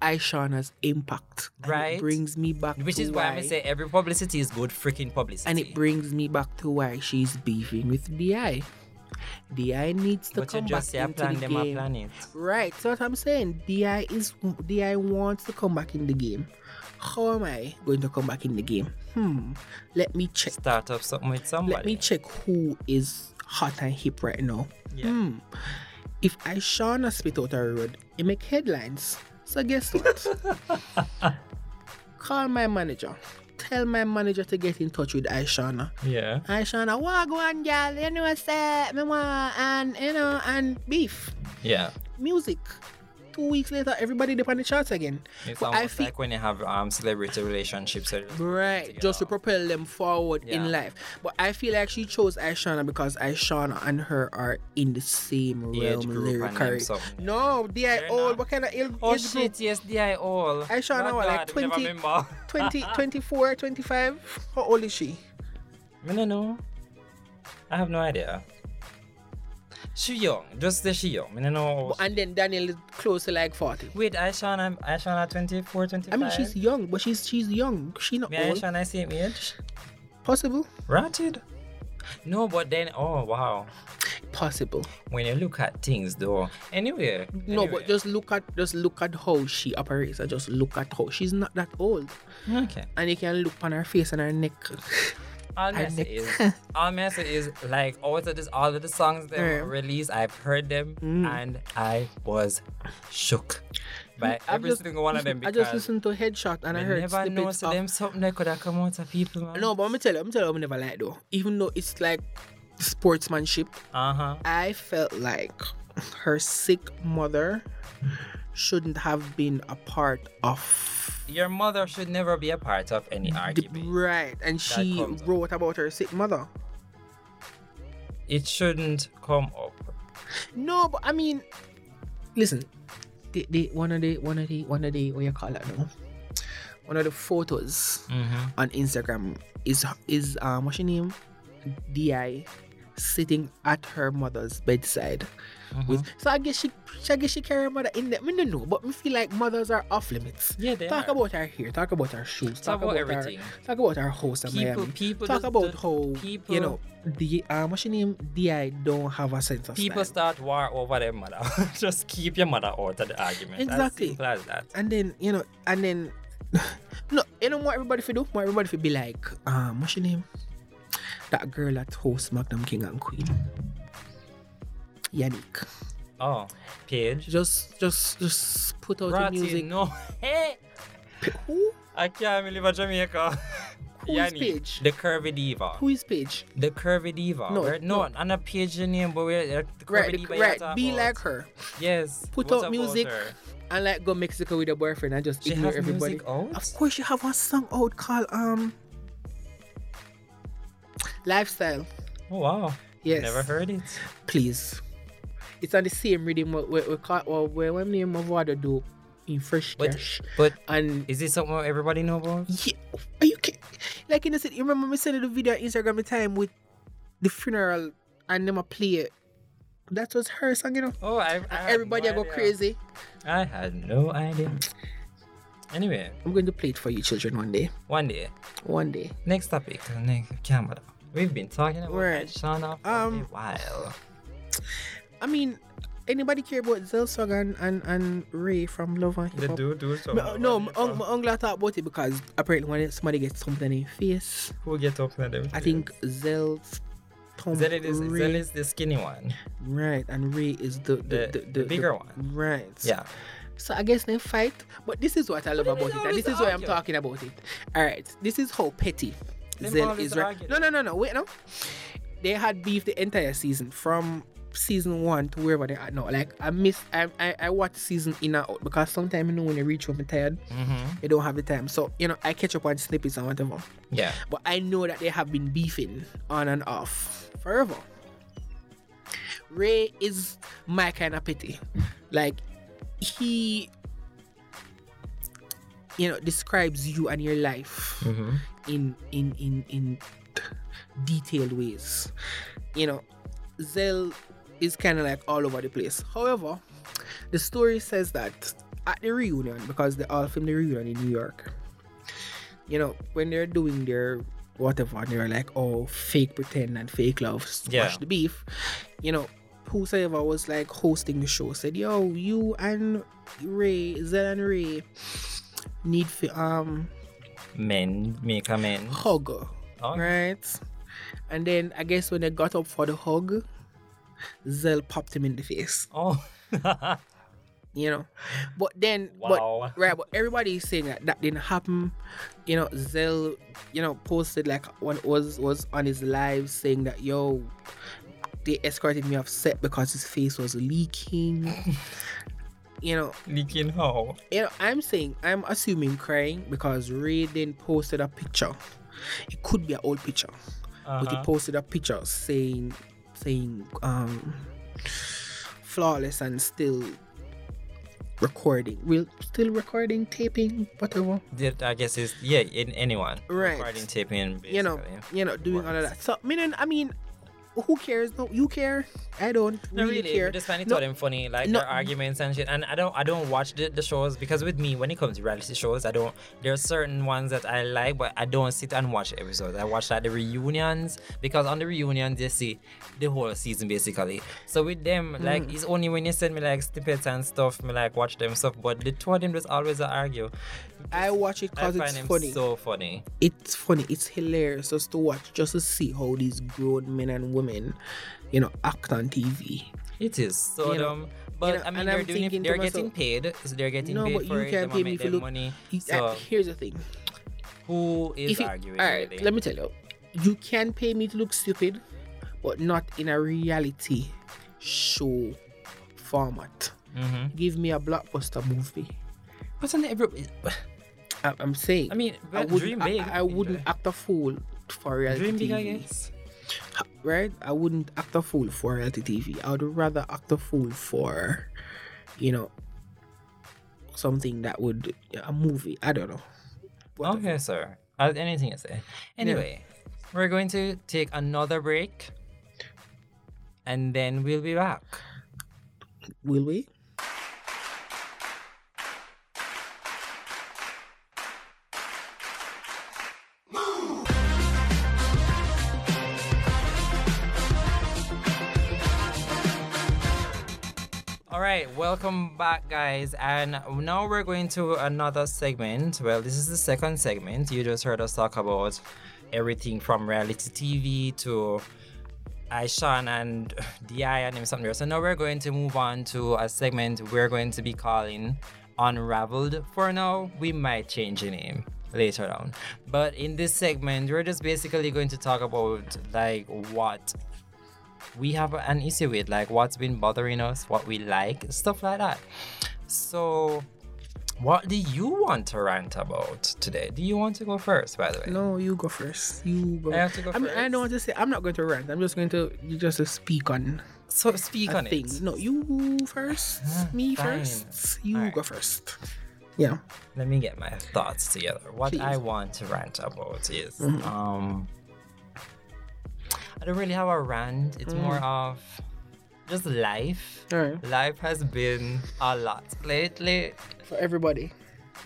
B: Aishan has impact. and it
A: Right.
B: brings me back
A: Which
B: to
A: is why I
B: why-
A: say every publicity is good freaking publicity.
B: And it brings me back to why she's beefing with DI. DI needs to
A: but you
B: come
A: just say
B: back
A: I
B: into
A: plan
B: the
A: them, I
B: game.
A: plan it.
B: Right, so what I'm saying, DI is DI wants to come back in the game. How am I going to come back in the game? Hmm. Let me check.
A: Start up something with somebody.
B: Let me check who is hot and hip right now.
A: Yeah.
B: Hmm. If I Shauna spit out a road, it make headlines. So guess
A: [laughs]
B: what? Call my manager. Tell my manager to get in touch with Aishana.
A: Yeah.
B: Aishana, wagwan girl, you know what's up, me want, and you know, and beef
A: Yeah.
B: music. Two weeks later, everybody dip on the charts again.
A: It's
B: But I
A: almost
B: feel-
A: like when you have um celebrity relationships. so-
B: Right, just to propel them forward in
A: Yeah.
B: life. But I feel like she chose Aishana because Aishana and her are in the same
A: Age
B: realm
A: group and them
B: lyrically.
A: something.
B: No, DI
A: They're
B: old.
A: not.
B: What kind of ill
A: Oh
B: age group?
A: shit, yes, DI all.
B: I sure know,
A: My
B: like,
A: God, never
B: 20
A: [laughs] remember.
B: 20,
A: Uh,
B: 24, 25? How old is she?
A: I don't know. I have no idea. She young, just say she young. I don't know.
B: But- And then Daniel is close to like 40.
A: Wait, Aishana, Aishana 24, 25?
B: I mean, she's young, but she's she's young. She not
A: Me
B: old.
A: Aishana same age?
B: Possible?
A: Ratted. No, but then, oh, wow.
B: Possible.
A: When you look at things, though. Anyway.
B: No,
A: anyway.
B: but just look at just look at how she operates. I just look at how she's not that old.
A: Okay.
B: and you can look on her face and her neck. [laughs]
A: All me say
B: Nick.
A: is, all me say is like out of this, all of the songs that were
B: Mm.
A: released, I've heard them and I was shook by
B: I've
A: every
B: Mm, just-
A: single one of them
B: [laughs] I
A: because I
B: just listened to Headshot and I heard
A: never know
B: snippets
A: so
B: of.
A: them something that could have come out of people. Man.
B: No, but I'm gonna tell you, I'm tell you, I'm never like though. Even though it's like sportsmanship,
A: Uh huh.
B: I felt like her sick mother shouldn't have been a part of.
A: Your mother should never be a part of any
B: The,
A: argument.
B: right, and she
A: comes up.
B: wrote about her sick mother.
A: It shouldn't come up.
B: No, but I mean, listen, the, the one of the one of the one of the what you call that now? One of the photos
A: Mm-hmm.
B: on Instagram is is um what's your name? Di sitting at her mother's bedside.
A: Mm-hmm.
B: With so I guess she, she I guess she carry her mother in there. I don't know, but me feel like mothers are off limits.
A: Yeah, they
B: Talk
A: are.
B: about her hair, talk about her shoes, talk,
A: about
B: about,
A: everything.
B: Her, talk about her host in
A: People-
B: Miami.
A: people
B: talk
A: just-
B: about
A: the-
B: how
A: people-
B: you know the um what's your name? Di don't have a sense of
A: People
B: style.
A: start war over their mother. [laughs] Just keep your mother out of the argument.
B: Exactly.
A: As simple as that.
B: and then you know, and then [laughs] no, you know what everybody should do? What everybody should be like, um, what's your name? That girl that hosts Magnum King and Queen, Yannick.
A: Oh, Paige.
B: Just, just, just put out the
A: Ratty,
B: music.
A: no. [laughs] Hey.
B: Who?
A: I can't believe a Jamaica.
B: [laughs] Who is
A: Yanni,
B: Paige?
A: The curvy diva.
B: Who is Paige?
A: The curvy diva.
B: No,
A: We're- no, no. on a page your name, but we're uh, the curvy
B: Right, the-
A: diva.
B: right. Be like
A: her.
B: her.
A: Yes.
B: Put
A: what
B: out
A: about
B: music
A: her?
B: and like go Mexico with her boyfriend and just
A: She
B: ignore
A: have
B: everybody.
A: music out?
B: Of course, you have one song out called um, Lifestyle.
A: Oh wow.
B: Yes.
A: Never heard it.
B: please. It's on the same rhythm we we we call or where when name of what do in fresh
A: But
B: cash.
A: but
B: And
A: is it something everybody know about?
B: yeah, are you kidding? Like in the city, you remember me sending the video on Instagram the time with the funeral and them a play it. That was her song, you know.
A: Oh, I, I
B: And
A: had
B: everybody
A: no
B: I go
A: idea.
B: crazy.
A: I had no idea. Anyway,
B: I'm going to play it for you children one day.
A: one day.
B: One day.
A: Next topic. Next camera. We've been talking about
B: Right.
A: Shana for
B: Um,
A: a while.
B: I mean, anybody care about Zelsog and, and, and Ray from Love and Hip Hop?
A: do do
B: My- No,
A: um,
B: my un- my uncle thought about it because apparently when somebody gets something in their face,
A: Who get up and everything?
B: I think Zell's Tom
A: Zen is,
B: Ray,
A: Zen is the skinny one.
B: right, and Ray is the the,
A: The-
B: the,
A: the bigger one.
B: right?
A: Yeah.
B: So I guess they fight, but this is what I love
A: But
B: about
A: then
B: it,
A: they
B: and this
A: always
B: is why I'm
A: argue.
B: talking about it. All right, this is how petty
A: Them
B: Zell
A: always
B: is. Right?
A: argue.
B: No, no, no, no. Wait, no. They had beef the entire season from season one to wherever they are now. Like I miss, I I, I watch season in and out because sometimes you know when you reach home and tired,
A: Mm-hmm.
B: you don't have the time. So you know I catch up on snippets and whatever
A: Yeah.
B: but I know that they have been beefing on and off forever. Ray is my kind of pity. Like he you know describes you and your life
A: Mhm.
B: in in in in detailed ways. You know, Zell is kind of like all over the place. However, the story says that at the reunion, because they all filmed the reunion in New York, you know, when they're doing their whatever, and they're like, oh, fake pretend and fake love,
A: Yeah.
B: squash the beef, you know, whosoever was like hosting the show said, yo, you and Ray, Zell and Ray need to um
A: Men make a
B: [gasps]
A: men.
B: hug.
A: Oh,
B: Right. And then I guess when they got up for the hug, Zell popped him in the face.
A: oh. [laughs]
B: You know. But then
A: wow.
B: but right, but everybody is saying that that didn't happen. You know, Zell, you know, posted like one was was on his live saying that yo they escorted me off set because his face was leaking.
A: [laughs]
B: you know,
A: Leaking how?
B: you know, I'm saying I'm assuming crying because Ray then posted a picture. It could be an old picture. but he
A: Uh-huh.
B: posted a picture saying saying um flawless and still recording real still recording taping whatever
A: Did- I guess it's yeah. In anyone.
B: Right.
A: Recording taping.
B: you know
A: basically.
B: you know doing all of that so meaning i mean who cares no you care i don't
A: No,
B: really,
A: really,
B: care
A: we just find it
B: No,
A: all them funny, like
B: no.
A: their arguments and shit. And I don't, I don't watch the, the shows because with me, when it comes to reality shows, I don't. There are certain ones that I like, but I don't sit and watch episodes. I watch like the reunions because on the reunions they see the whole season basically. So with
B: Mm.
A: them, like it's only when you send me like snippets and stuff, me like watch them stuff. But the two of them just always argue.
B: i watch it
A: I
B: because
A: find
B: it's
A: them
B: funny
A: so funny.
B: it's funny it's hilarious just to watch just to see how these grown men and women you know act on tv
A: It is so
B: You know,
A: dumb. But
B: know,
A: I mean,
B: and
A: they're
B: I'm
A: doing
B: thinking
A: it,
B: to
A: they're
B: myself,
A: getting paid, so they're getting
B: no
A: paid
B: but
A: for
B: you
A: it.
B: can't
A: they
B: pay me
A: make
B: if you
A: them
B: look
A: money.
B: Uh,
A: So
B: here's the thing
A: who is
B: if you,
A: arguing?
B: all right,
A: really?
B: let me tell you, you can pay me to look stupid, but not in a reality show format.
A: Mm-hmm.
B: Give me a blockbuster movie.
A: But on every,
B: I, am saying,
A: I mean,
B: I
A: but dream
B: wouldn't,
A: big.
B: I, I wouldn't act a fool for reality
A: dream big, I
B: TV,
A: guess.
B: right? I wouldn't act a fool for reality TV. I would rather act a fool for, you know, something that would a movie. I don't know. Whatever.
A: Okay, sir. Uh, anything you say. Anyway, we're going to take another break, and then we'll be back.
B: Will we?
A: All right, welcome back, guys. And now we're going to another segment. Well, this is the second segment. You just heard us talk about everything from reality TV to Aishan and [sighs] DI and him something else. So now we're going to move on to a segment we're going to be calling Unraveled. For now, we might change the name later on. But in this segment, we're just basically going to talk about like what we have an issue with, like what's been bothering us, what we like, stuff like that. So what do you want to rant about today? Do you want to go first, by the way?
B: No, you go first. You go.
A: I have to go
B: I mean, I
A: first?
B: don't want to say. I'm not going to rant. I'm just going to you just to speak on
A: So speak
B: a
A: on
B: thing.
A: it.
B: No, you first.
A: Ah,
B: me
A: fine.
B: first. You
A: Alright.
B: go first. Yeah.
A: let me get my thoughts together. What
B: Please. Mm-hmm.
A: I want to rant about is um I don't really have a rant.
B: Mm.
A: It's more of just life.
B: All right.
A: Life has been a lot lately.
B: For everybody.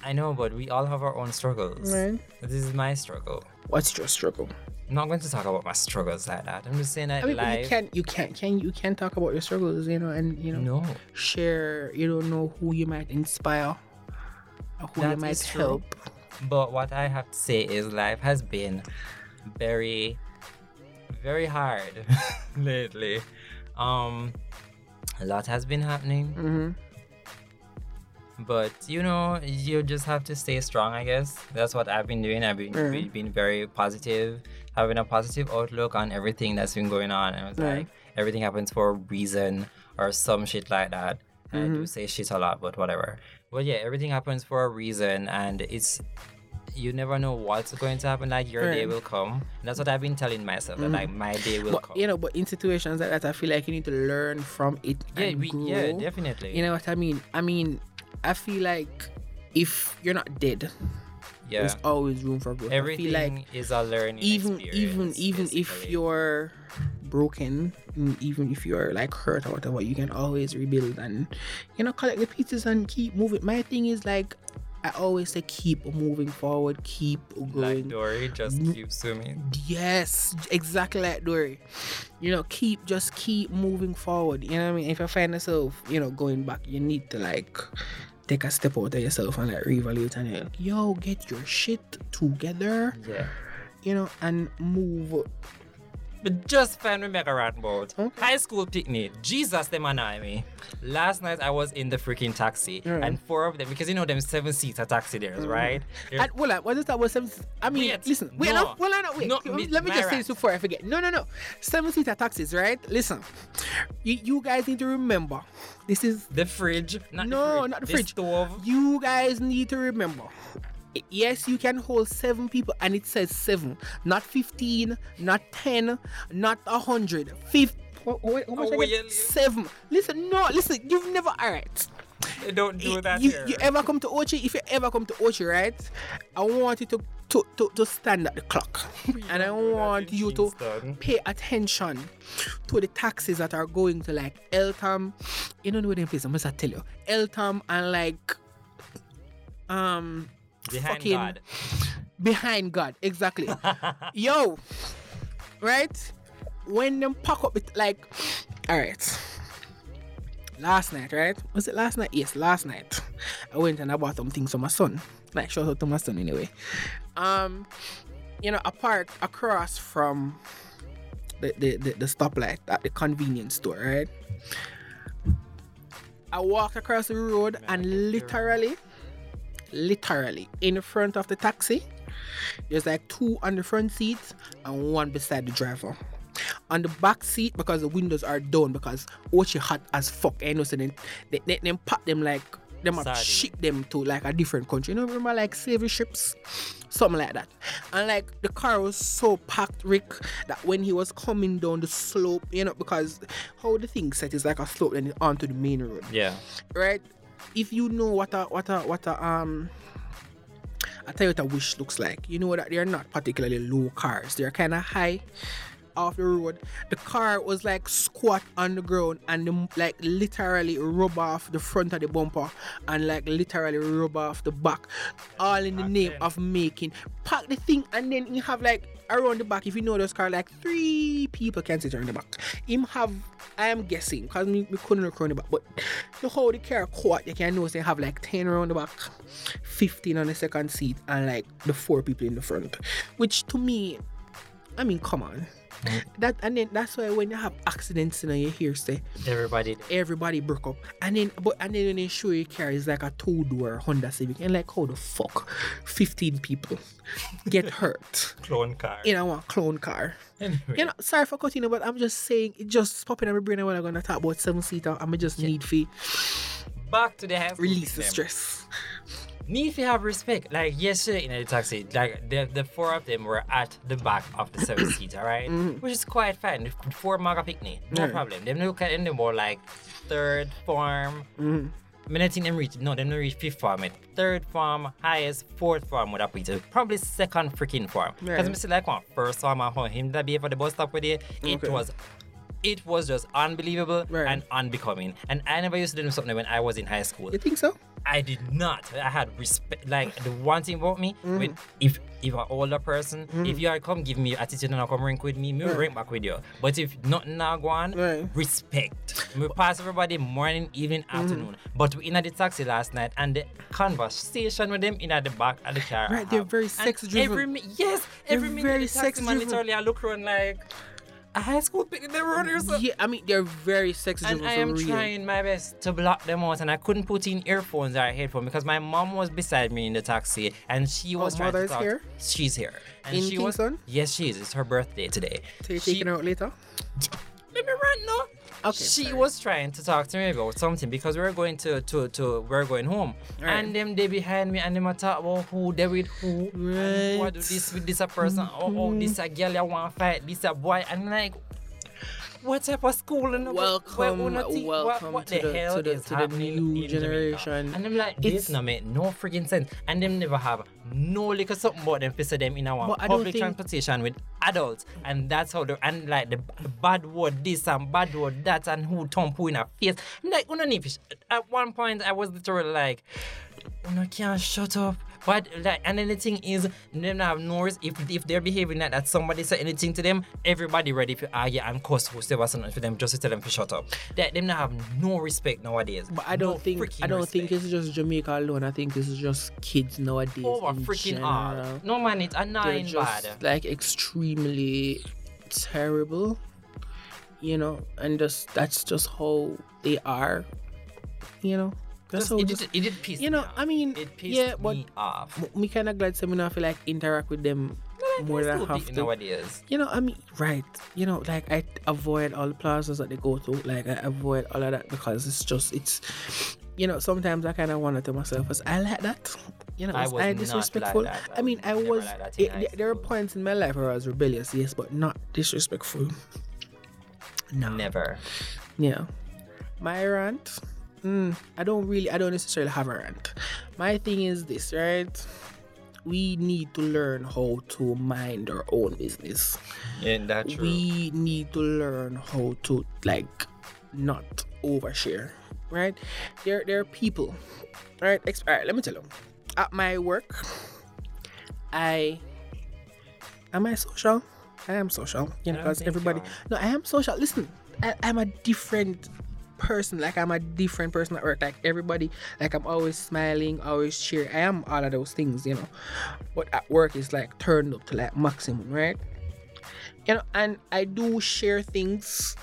A: I know, but we all have our own struggles.
B: Right.
A: This is my struggle.
B: What's your struggle?
A: I'm not going to talk about my struggles like that. I'm just saying that
B: I mean, but you
A: life.
B: can't. You can't. Can you can talk about your struggles? You know, and you know,
A: no,
B: share. You don't know who you might inspire, or who you
A: That
B: might
A: is true.
B: help.
A: But what I have to say is life has been very very hard [laughs] lately. Um a lot has been happening,
B: Mm-hmm.
A: but you know, you just have to stay strong, I guess. That's what I've been doing. I've been
B: Mm.
A: be- been very positive, having a positive outlook on everything that's been going on. And I was
B: Mm.
A: like, everything happens for a reason or some shit like that. And I do say shit a lot, but whatever. But yeah, everything happens for a reason and it's you never know what's going to happen. Like your day
B: Mm.
A: will come. That's what I've been telling myself. That like my day will
B: But
A: come.
B: Mm. you know, but in situations like that, I feel like you need to learn from it
A: yeah,
B: and
A: we,
B: grow.
A: yeah, definitely.
B: You know what I mean? I mean, I feel like if you're not dead,
A: yeah.
B: there's always room for growth.
A: Everything
B: I feel like
A: is a learning
B: even even
A: experience,
B: even if
A: basically.
B: you're broken, mm, even if you're like hurt or whatever, you can always rebuild and you know collect the pieces and keep moving. My thing is like I always say keep moving forward, keep
A: like
B: going. Mm.
A: Dory just keep swimming.
B: Yes, exactly like Dory. You know, keep just keep moving forward. You know what I mean? If you find yourself, you know, going back, you need to like take a step out of yourself and like reevaluate and like, yo, get your shit together,
A: Yeah.
B: you know, and move.
A: But just find me mega rat mode. High school picnic. Jesus, them annoy me. Last night I was in the freaking taxi,
B: Yeah. Mm.
A: and four of them because you know them seven seats are taxi there, right? There's-
B: And well, like, what is that? What seven? I mean,
A: Wait,
B: listen. Wait,
A: no.
B: no. Well, no, wait.
A: No, mi-
B: Let me just say
A: Myra.
B: this before I forget. No, no, no. Seven seater taxis, right? Listen, you, you guys need to remember, this is
A: the fridge. Not
B: No,
A: the fridge.
B: not the fridge.
A: Stove.
B: You guys need to remember. Yes, you can hold seven people, and it says seven, not 15, not 10, not 100. Fif- what- what- how much
A: Oh,
B: I
A: will
B: get?
A: you-
B: seven. Listen, no, listen, you've never. All right.
A: They don't do
B: You-
A: that
B: you,
A: here.
B: you ever come to Ochi? If you ever come to Ochi, right? I want you to, to, to, to stand at the
A: [laughs]
B: clock. and I
A: don't do that
B: want
A: in
B: you to
A: Kingston.
B: pay attention to the taxis that are going to like Eltham. You don't know them place, I must tell you. Eltham and like um
A: Behind
B: fucking
A: God.
B: behind God. Exactly. Yo. Right? When them pack up it like alright. Last night, right? Was it last night? Yes, last night. I went and I bought some things for my son. Like shout out to my son anyway. Um, you know, a park across from the, the, the, the stoplight at the convenience store, right? I walked across the road and literally, literally in front of the taxi, there's like two on the front seat and one beside the driver. On the back seat, because the windows are down, because Ochi hot as fuck. And you know, so then they, they, them pack them like them have
A: Sardine.
B: ship them to like a different country. You know, remember like slavery ships, something like that. And like the car was so packed, Rick, that when he was coming down the slope, you know, because how the thing set is like a slope and onto the main road
A: Yeah.
B: right? If you know what a what a what a um a Toyota Wish looks like, you know that they're not particularly low cars. They're kind of high off the road. The car was like squat on the ground and the, like literally rub off the front of the bumper and like literally rub off the back, all in the name of making park the thing and then you have like around the back. If you know those car, like three people can sit around the back. Him have I am guessing because me, me couldn't look around the back, but the whole the car caught you can know they have like 10 around the back, 15 on the second seat, and like the four people in the front. Which to me, I mean, come on. That and then that's why when you have accidents and you hear say
A: Everybody.
B: everybody broke up and then but and then when they show you car is like a two door Honda Civic and like how the fuck 15 people get hurt
A: Clone car.
B: in our clone car.
A: Anyway.
B: You know, sorry for cutting you, but I'm just saying it just popping in my brain when I'm gonna talk about seven seater. I'm just need fee
A: Back to the high school
B: release the
A: picnic.
B: stress.
A: need to have respect. Like yesterday in the taxi, like the, the four of them were at the back of the
B: [coughs]
A: seven seat, all right? Which is quite fine. The Four mega picnic, no
B: Mm-hmm. Yeah.
A: problem. Them look at them they more like third form.
B: Mm-hmm.
A: I mean, I think them reach no, them don't reach fifth form. It third form, highest, fourth form would be to probably second freaking form. Because
B: Right.
A: I'm still like one first form and how him that be for the bus stop with it. It
B: Okay.
A: was it was just unbelievable
B: Right.
A: and unbecoming. And I never used to do something when I was in high school.
B: You think so?
A: I did not. I had respect. Like the one thing about me,
B: Mm.
A: when if if an older person, if you are come give me attitude and I come rank with me, me will rank back with you. But if nothing now go on,
B: Mm. Right. Mm.
A: respect. Me pass everybody morning, evening, afternoon. But we in at the taxi last night and the conversation with them in at the back of the car. I
B: Right, they're
A: have.
B: very
A: And
B: sex-driven.
A: Every mi- yes, every
B: They're
A: minute
B: very
A: the taxi man
B: sex-driven.
A: literally I look around like a high school pick in the road or something.
B: Yeah, I mean they're very sexy.
A: And I am trying my best to block them out, and I couldn't put in earphones or a headphone because my mom was beside me in the taxi, and she was trying
B: mother
A: to
B: is
A: talk.
B: here?
A: She's here. And
B: In
A: she was-
B: Kingston?
A: yes, she is. It's her birthday today.
B: So you're
A: She-
B: taking her out later?
A: let me run now.
B: Okay,
A: She
B: sorry.
A: was trying to talk to me about something because we were going to to to we are going home, and them they behind me and them a talk about who they with who, and what do
B: Right. Mm-hmm.
A: this with this a person, oh oh this a girl I want fight, this a boy, and like what type of school and
B: Welcome, welcome
A: what,
B: to
A: the,
B: the-
A: hell
B: to the-
A: is
B: to the
A: happening
B: new
A: in Jamaica?
B: generation.
A: And I'm like,
B: It's-
A: this no make no freaking sense. And them never have no little something about them face them in our
B: But I don't
A: public
B: think-
A: transportation with adults. And that's how the and like the, the bad word this and bad word that and who thump who in a face. I'm like, "Una need to sh-" at one point I was literally like, Una can't shut up. But like and then the thing is them not have nose if if they're behaving like that somebody say anything to them, everybody ready "Ah, to argue and cuss whoever something for them just to tell them to shut up. That them not have no respect nowadays.
B: But I don't
A: No
B: think I
A: freaking
B: don't think
A: respect.
B: it's just Jamaica alone. I think it's just kids nowadays.
A: over
B: in
A: freaking
B: general.
A: all. No man, it's
B: They're
A: annoying
B: just
A: bad.
B: like extremely terrible, you know, and just that's just how they are, you know. That's
A: Just,
B: how
A: it,
B: just,
A: did, it did piss
B: you know.
A: me off.
B: I mean,
A: it pissed
B: yeah, but
A: me off.
B: m- me kind of glad some I feel like interact with them more than half the
A: nowadays.
B: you know, I mean, right. You know, like I avoid all the plazas that they go to. Like I avoid all of that because it's just it's. You know, sometimes I kind of wonder to myself, "Was I like that? You know,
A: I
B: was
A: was
B: I
A: not like
B: disrespectful?"
A: that. I
B: I mean,
A: was
B: I
A: never
B: was.
A: like that in
B: it,
A: high
B: there- there were
A: school.
B: points in my life where I was rebellious, yes, but not disrespectful. [laughs] No.
A: Never.
B: Yeah. My rant. Mm, I don't really. I don't necessarily have a rant. My thing is this, right? We need to learn how to mind our own business
A: Yeah, that's true.
B: we need to learn how to like not overshare right there there are people right ex- all right let me tell you at my work i am i social i am social you know
A: I don't
B: because
A: think you
B: everybody
A: are.
B: no i am social listen I, i'm a different person like i'm a different person at work like everybody like i'm always smiling always cheer i am all of those things you know but at work it's like turned up to like maximum right you know and i do share things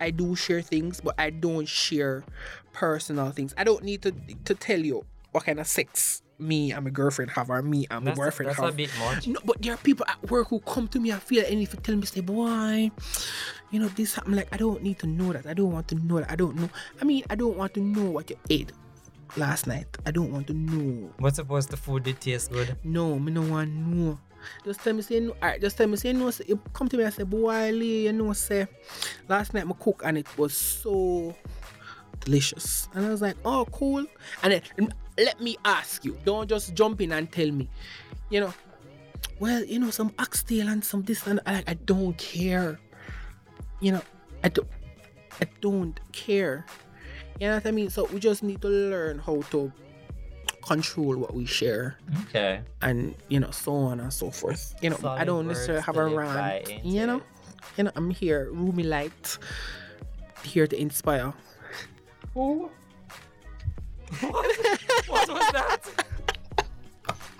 B: i do share things but i don't share personal things i don't need to to tell you what kind of sex me and my girlfriend have or me and my
A: that's
B: boyfriend
A: that's a
B: have
A: bit much.
B: no, but there are people at work who come to me and feel and if you tell me say boy you know this happened like i don't need to know that i don't want to know that i don't know i mean i don't want to know what you ate last night i don't want to know
A: But suppose the food did taste good.
B: no, me no want no. Just tell me say no. Alright, just tell me say no. Say, you come to me and say, boy, Lee, you know, say, last night my cook and it was so delicious. And I was like, oh, cool. And then mm, let me ask you. Don't just jump in and tell me. You know, well, you know, some oxtail and some this and I, like, I don't care. You know, I don't, I don't care. You know what I mean? So we just need to learn how to control what we share
A: Okay.
B: and you know so on and so forth you know i
A: Solid
B: don't necessarily
A: words
B: have
A: to
B: a
A: live
B: rant
A: by, ain't
B: you know
A: it?
B: you know i'm here roomy light here to inspire
A: Who? [laughs] what? what was that?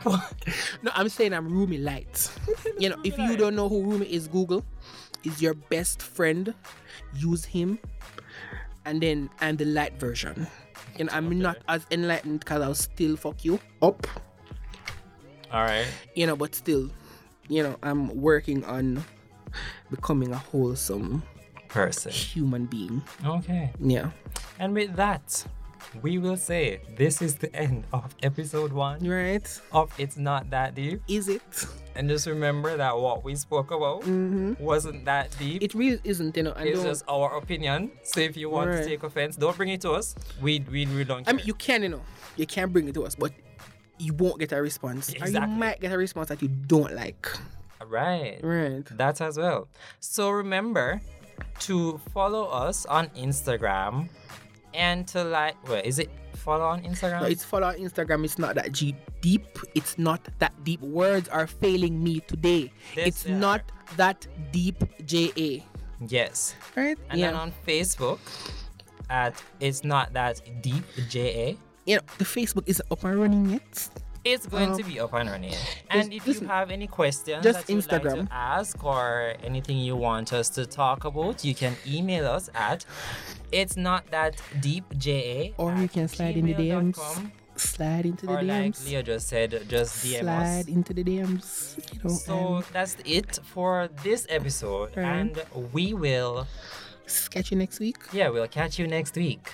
B: no i'm saying i'm
A: [laughs]
B: roomy light you know if you don't know who roomy is google is your best friend use him and then i'm the light version you know i'm not as enlightened because i'll still fuck you up
A: All right.
B: you know but still you know i'm working on becoming a wholesome
A: Person.
B: human being
A: Okay.
B: yeah
A: And with that, we will say this is the end of episode one
B: right
A: of It's Not That Deep.
B: is it?
A: And just remember that what we spoke about
B: Mm-hmm.
A: wasn't that deep.
B: It really isn't, you know. I
A: it's
B: don't.
A: just our opinion. So if you want
B: Right.
A: to take offense, don't bring it to us. We we, we don't
B: I
A: care.
B: mean, you can, you know, you can bring it to us, but you won't get a response, or you
A: Exactly.
B: might get a response that you don't like.
A: right.
B: Right.
A: That as well. So remember to follow us on Instagram and to like wait, is it follow on Instagram?
B: No, it's follow our Instagram. It's not that G deep. It's not that deep. Words are failing me today.
A: Yes,
B: it's
A: they are.
B: not that deep. J A.
A: yes.
B: Right.
A: And
B: yeah.
A: then on Facebook at it's not that deep J A.
B: you know, the Facebook is up and running yet.
A: It's going to be up and running. And if
B: listen,
A: you have any questions
B: Um, just
A: that you'd
B: Instagram.
A: like to ask or anything you want us to talk about, you can email us at it's not that deep ja
B: Or you can slide in the DMs. Slide into the
A: Or like
B: DMs.
A: Leah just said, just DM us.
B: slide into the DMs. You know. um,
A: So
B: and
A: that's it for this episode,
B: Right.
A: and we will,
B: catch you next week.
A: yeah, we'll catch you next week.